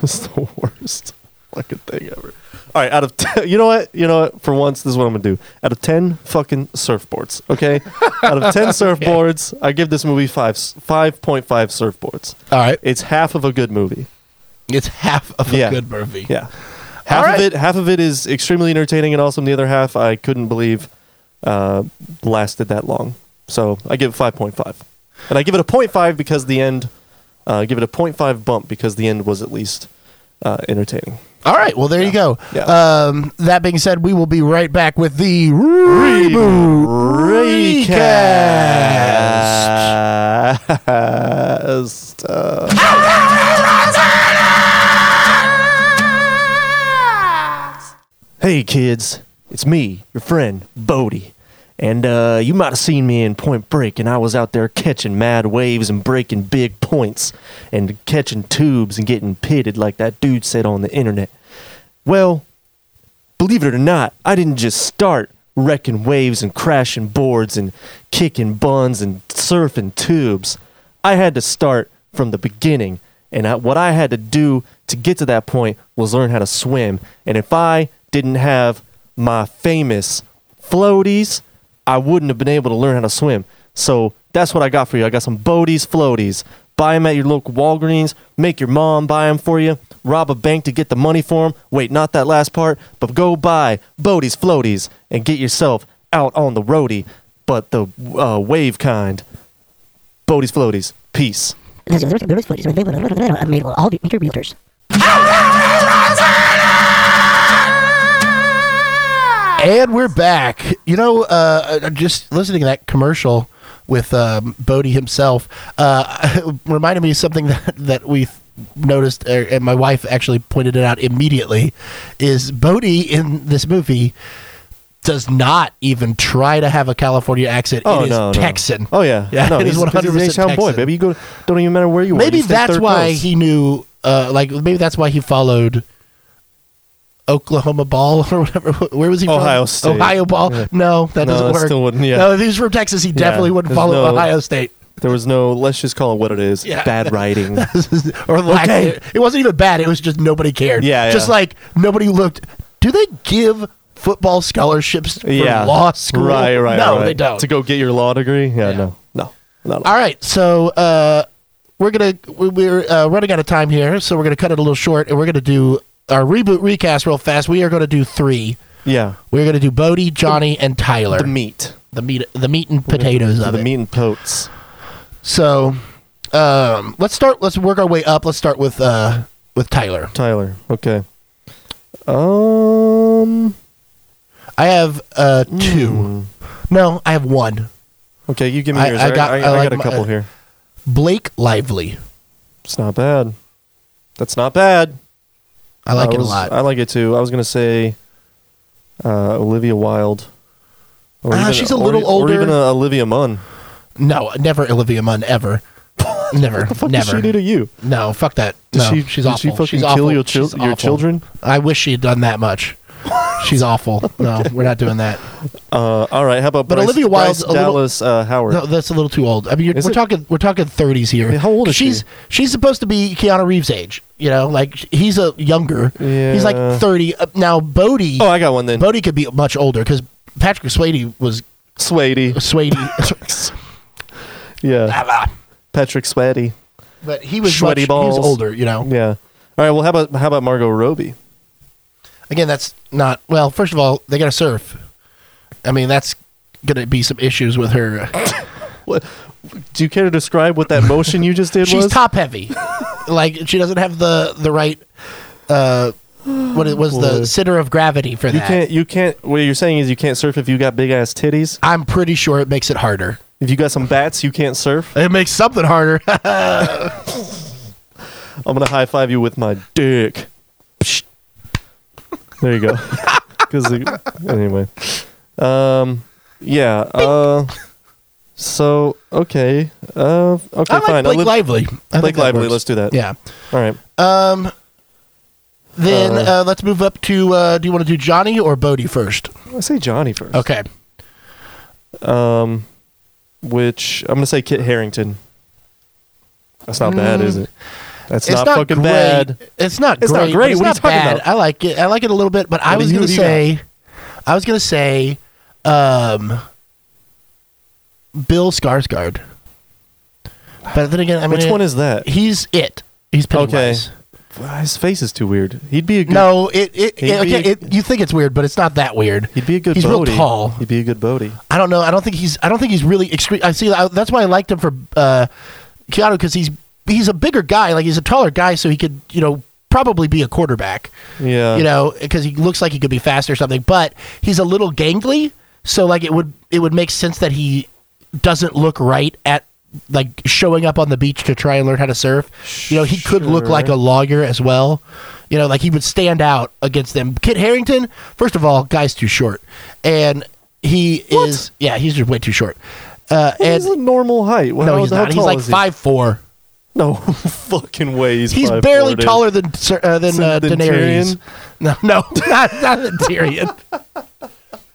it's the worst fucking thing ever. All right, out of 10, you know what? You know what? For once, this is what I'm going to do. Out of 10 fucking surfboards, okay? out of 10 surfboards, I give this movie five, s- 5.5 surfboards. All right, It's half of a good movie. it's half of a Yeah. good movie. Yeah. Half right. of it half of it is extremely entertaining and awesome. The other half I couldn't believe uh, lasted that long. So I give it five point five. And I give it a point five because the end uh, I give it a point five bump because the end was at least uh, entertaining. All right, well there you go. Yeah. Um, that being said, we will be right back with the reboot recast. Recast. Uh, hey kids, it's me, your friend Bodie. And uh, you might have seen me in Point Break, and I was out there catching mad waves and breaking big points and catching tubes and getting pitted like that dude said on the internet. Well, believe it or not, I didn't just start wrecking waves and crashing boards and kicking buns and surfing tubes. I had to start from the beginning. And I, what I had to do to get to that point was learn how to swim. And if I didn't have my famous floaties, I wouldn't have been able to learn how to swim. So that's what I got for you. I got some Bodies floaties. Buy them at your local Walgreens. Make your mom buy them for you. Rob a bank to get the money for them. Wait, not that last part, but go buy Bodies floaties and get yourself out on the roadie, but the uh, wave kind. Bodies floaties. Peace. There's a little bit of footage. I mean, all the interviewers. And we're back. You know, uh, uh, just listening to that commercial with um, Bodie himself uh, reminded me of something that, that we noticed, er, and my wife actually pointed it out immediately, is Bodie in this movie does not even try to have a California accent. it is Texan. Oh yeah, Yeah, No, it is he's, 100% he's an H-town boy, Texan. baby. You go. Don't even matter where you are. Maybe you stay that's third why coast. he knew, uh, like, maybe that's why he followed Oklahoma Ball or whatever. Where was he Ohio from? State. Ohio Ball. Yeah. No, that No, doesn't that work. still wouldn't, yeah. No, if he was from Texas, he definitely wouldn't there's follow no- Ohio State. There was no. Let's just call it what it is. Yeah. Bad writing. or lack Okay. it. It wasn't even bad. It was just nobody cared. Yeah, Just yeah. like nobody looked. Do they give football scholarships for yeah. law school? Right. Right. No, right. they don't. To go get your law degree. Yeah. No. No. Not at all. All right, so uh, we're gonna we- we're uh, running out of time here, so we're gonna cut it a little short, and we're gonna do our reboot recast real fast. We are gonna do three. Yeah. We're gonna do Bodie, Johnny, and Tyler. The meat. the meat, the meat and potatoes of the it. meat and poats. So um, let's start. Let's work our way up. Let's start with uh, with Tyler. Tyler. Okay. Um. Hmm. I have uh, two. No, I have one. Okay, you give me I- yours. I I, got- got, I, I like got a my- couple here. Blake Lively. It's not bad. That's not bad. I like I it was- a lot. I like it too. I was gonna say uh, Olivia Wilde. Or Ah, she's a or little e- Or even older. uh, Olivia Munn. no, never Olivia Munn ever. Never, Fuck never. did she do to you? No, fuck that. Did no, she, she's did awful. she fucking she's kill awful. your, chil- She's your awful. children? I wish she had done that much. She's awful. No, we're not doing that. Uh, all right, how about But Bryce, Olivia Wilde's Bryce a little- Dallas uh, Howard? No, that's a little too old. I mean, you're, Is we're it? talking we're talking 30s here. mean, how old is she's? she? She's supposed to be Keanu Reeves' age. You know, like he's a younger. He's like Yeah. 30 Uh, now. Bodie. oh, I got one then. Bodie could be much older because Patrick Swayze was Swady. Swayze, Yeah, Patrick Sweaty. but he was much, Sweaty he was balls. older. You know. Yeah. All right. Well, how about how about Margot Robbie? Again, that's not well. First of all, they got to surf. I mean, that's gonna be some issues with her. What, do you care to describe what that motion you just did she's was? top heavy. like she doesn't have the the right. Uh, what it was the Boy. center of gravity for You that. can't. You can't. What you're saying is you can't surf if you got big ass titties. I'm pretty sure it makes it harder. If you got some bats, you can't surf. It makes something harder. I'm gonna high five you with my dick. Psh. There you go. 'Cause the- anyway, um, yeah. Uh, so okay. Uh, okay, I like fine. Blake Olivia- Lively. I Blake think that Lively. works. Let's do that. Yeah. All right. Then Uh, uh, let's move up to. Uh, do you want to do Johnny or Bodie first? I say Johnny first. Okay. Which I'm gonna say Kit Harrington. That's not bad, is it? That's Mm. It's not, not, fucking great. bad. It's not It's not great. but great. It's What are you not talking bad. about? I like it. I like it a little bit, but I What do was you- gonna what do you say, I was gonna say, um, Bill Skarsgård. But then again, I mean, Which one is that? he's it? He's Pennywise. Well, His face is too weird. He'd be a good. No, it it, He'd it, be- okay, it you think it's weird, but it's not that weird. He'd be a good. He's Bodie. real tall. He'd be a good Bodie. I don't know. I don't think he's. I don't think he's really. Excre- I see. I, that's why I liked him for uh, Keanu because he's he's a bigger guy. Like he's a taller guy, so he could you know probably be a quarterback. Yeah. You know, because he looks like he could be fast or something. But he's a little gangly, so like it would it would make sense that he doesn't look right at like showing up on the beach to try and learn how to surf. You know, he could look Sure. like a lawyer as well. You know, like he would stand out against them. Kit Harrington, first of all, guy's too short, and he is yeah, he's just way too short. Uh, Well, and he's a normal height. Well, no, how- he's how not. He's tall like is he? five four. No fucking way. He's, He's 5'4",, barely dude. taller than Sir- uh, than Than- uh, than Daenerys. Tyrion? No, no, not, not than Tyrion.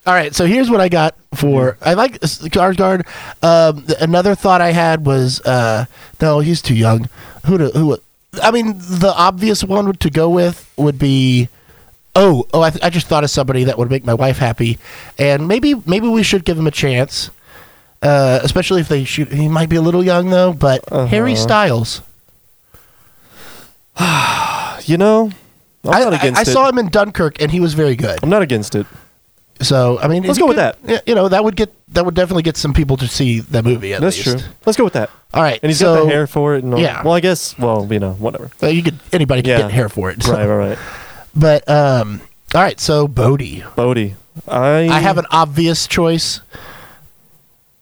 All right, so here's what I got for I like Skarsgård. Um, th- another thought I had was uh, no, he's too young. Who to, who? I mean, the obvious one to go with would be oh oh. I, th- I just thought of somebody that would make my wife happy, and maybe maybe we should give him a chance. Uh, especially if they shoot, he might be a little young though. But Uh-huh. Harry Styles, You know, I'm I- not I- against I, it. saw him in Dunkirk, and he was very good. I'm not against it. So I mean, Let's if you go with could- that. yeah, You know, that would get that would definitely get some people to see the movie. At That's least. true. Let's go with that. All right, And he's so, got the hair for it. And all. Yeah. Well, I guess. Well, you know, whatever. uh, you could anybody could Yeah. get hair for it. Right, right, right. But um, all right. So Bodie, Bodie. I. I have an obvious choice.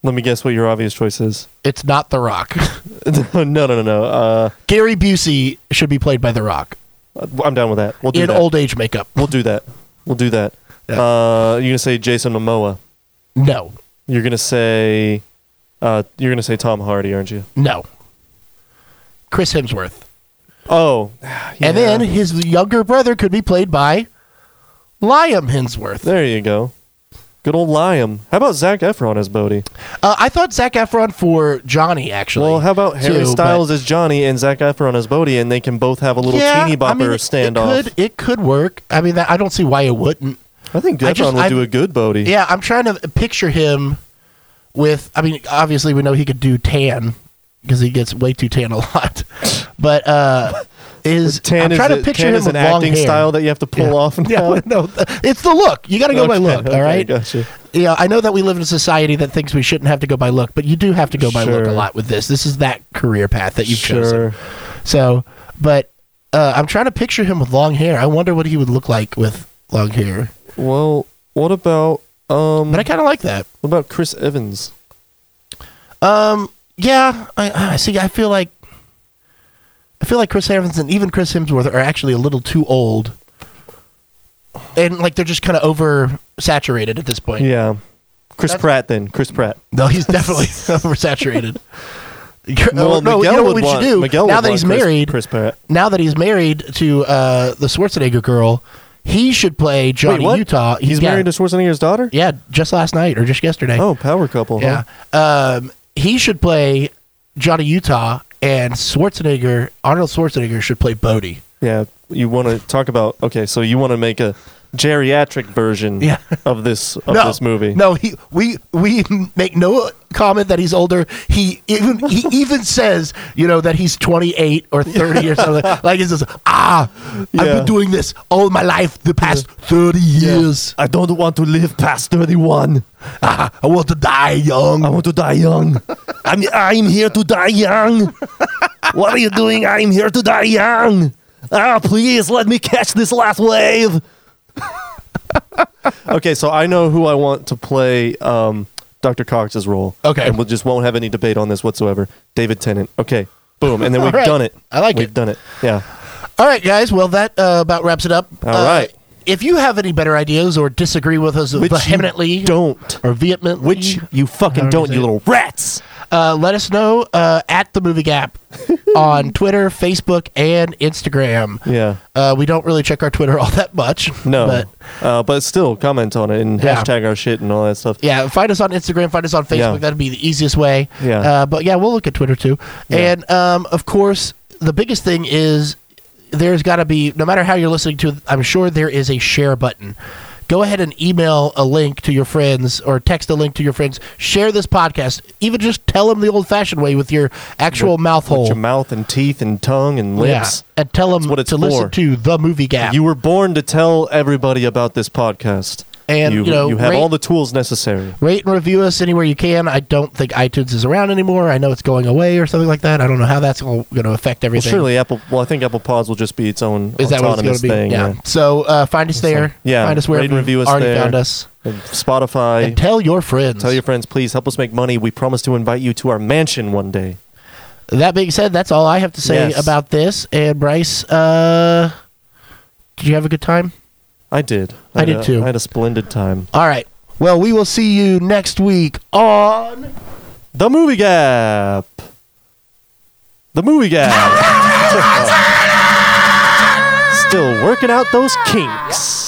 Let me guess what your obvious choice is. It's not The Rock. no, no, no, no. Uh, Gary Busey should be played by The Rock I'm down with that. We'll do in that. old age makeup. We'll do that. We'll do that. Yeah. Uh, you're gonna say Jason Momoa. No, You're gonna say. Uh, you're gonna say Tom Hardy, aren't you? no. Chris Hemsworth, Oh. yeah. and then his younger brother could be played by Liam Hemsworth. There you go. Good old Liam. How about Zach Efron as Bodie? Uh, I thought Zach Efron for Johnny actually. Well, how about Harry too, but- Styles as Johnny and Zach Efron as Bodie, and they can both have a little teeny bopper it- standoff? It could, it could work. I mean, that, I don't see why it wouldn't. I think I Efron just- would I- do a good Bodie. Yeah, I'm trying to picture him with. I mean, obviously we know he could do tan because he gets way too tan a lot. But uh, is Tan I'm is, trying a- to picture tan him is with an long acting hair. style that you have to pull Yeah. off. Now. Yeah, no, it's the look. You got to go by Okay, look. okay, all right. gotcha. Yeah, I know that we live in a society that thinks we shouldn't have to go by look, but you do have to go by look Sure. a lot with this. This is that career path that you've chosen. Sure. So, but uh, I'm trying to picture him with long hair. I wonder what he would look like with long hair. Well, what about Um, But I kind of like that. what about Chris Evans? Um, yeah, I, I see. I feel like I feel like Chris Evans and even Chris Hemsworth are actually a little too old, and like they're just kind of oversaturated at this point. Yeah. Chris That's- Uh, Pratt then. Chris Pratt. No, he's definitely oversaturated. oh, Well, no, no, you know what we should want- do Miguel now would that want he's Chris- married. Chris Pratt. Now that he's married to uh, the Schwarzenegger girl, he should play Johnny Wait, what? Utah. He's, yeah, married to Schwarzenegger's daughter? yeah, just last night or just yesterday. Oh, power couple. Yeah. huh? Um, he should play Johnny Utah, and Schwarzenegger, Arnold Schwarzenegger, should play Bodie. Yeah. You want to talk about Okay, so you want to make a geriatric version Yeah. of this of this movie. No, he we we make no comment that he's older. He even he even says you know that he's twenty eight or thirty or something. Like he says, ah, I've Yeah. been doing this all my life, the past thirty years. I don't want to live past 31. Ah, I want to die young. want to die young. I'm I'm here to die young. What are you doing? I'm here to die young. Ah, please let me catch this last wave. okay, so I know who I want to play um, Dr. Cox's role. Okay. and we will just won't have any debate on this whatsoever. David Tennant. Okay, boom, and then we've All right. done it. I like We've it. done it. Yeah. All right, guys. Well, that uh, about wraps it up. All Uh, right. If you have any better ideas or disagree with us Which you vehemently, don't. or vehemently, Which you fucking However don't, you you say it. little rats. uh, let us know uh, at the Movie Gap on Twitter, Facebook, and Instagram. Yeah. Uh, we don't really check our Twitter all that much. No, But uh, but still comment on it and Yeah. hashtag our shit and all that stuff. yeah, find us on Instagram, find us on Facebook. Yeah. That'd be the easiest way. Yeah. Uh, but yeah, we'll look at Twitter too. Yeah. And um, of course, the biggest thing is there's got to be, no matter how you're listening to, it, I'm sure there is a share button. Go ahead and email a link to your friends or text a link to your friends. Share this podcast. Even just tell them the old fashioned way with your actual mouth hole. With your mouth and teeth and tongue and lips. Yeah, and tell them what it's to listen for. to the movie gap. You were born to tell everybody about this podcast. And, you, you know, have rate- all the tools necessary. Rate and review us anywhere you can. I don't think iTunes is around anymore. I know it's going away or something like that. I don't know how that's going to affect Well, everything. surely Apple. Well, I think Apple Pods will just be its own is that what it's going autonomous to be? thing. yeah. So uh, find us there. Yeah, Find us where rate and you review us already there. found us. And Spotify. And tell your friends. tell your friends, please help us make money. We promise to invite you to our mansion one day. that being said, that's all I have to say Yes. about this. And Bryce, uh, did you have a good time? I did. I did had a- too. I had a splendid time. All right. Well, we will see you next week on. The movie gap. The movie gap. Still working out those kinks.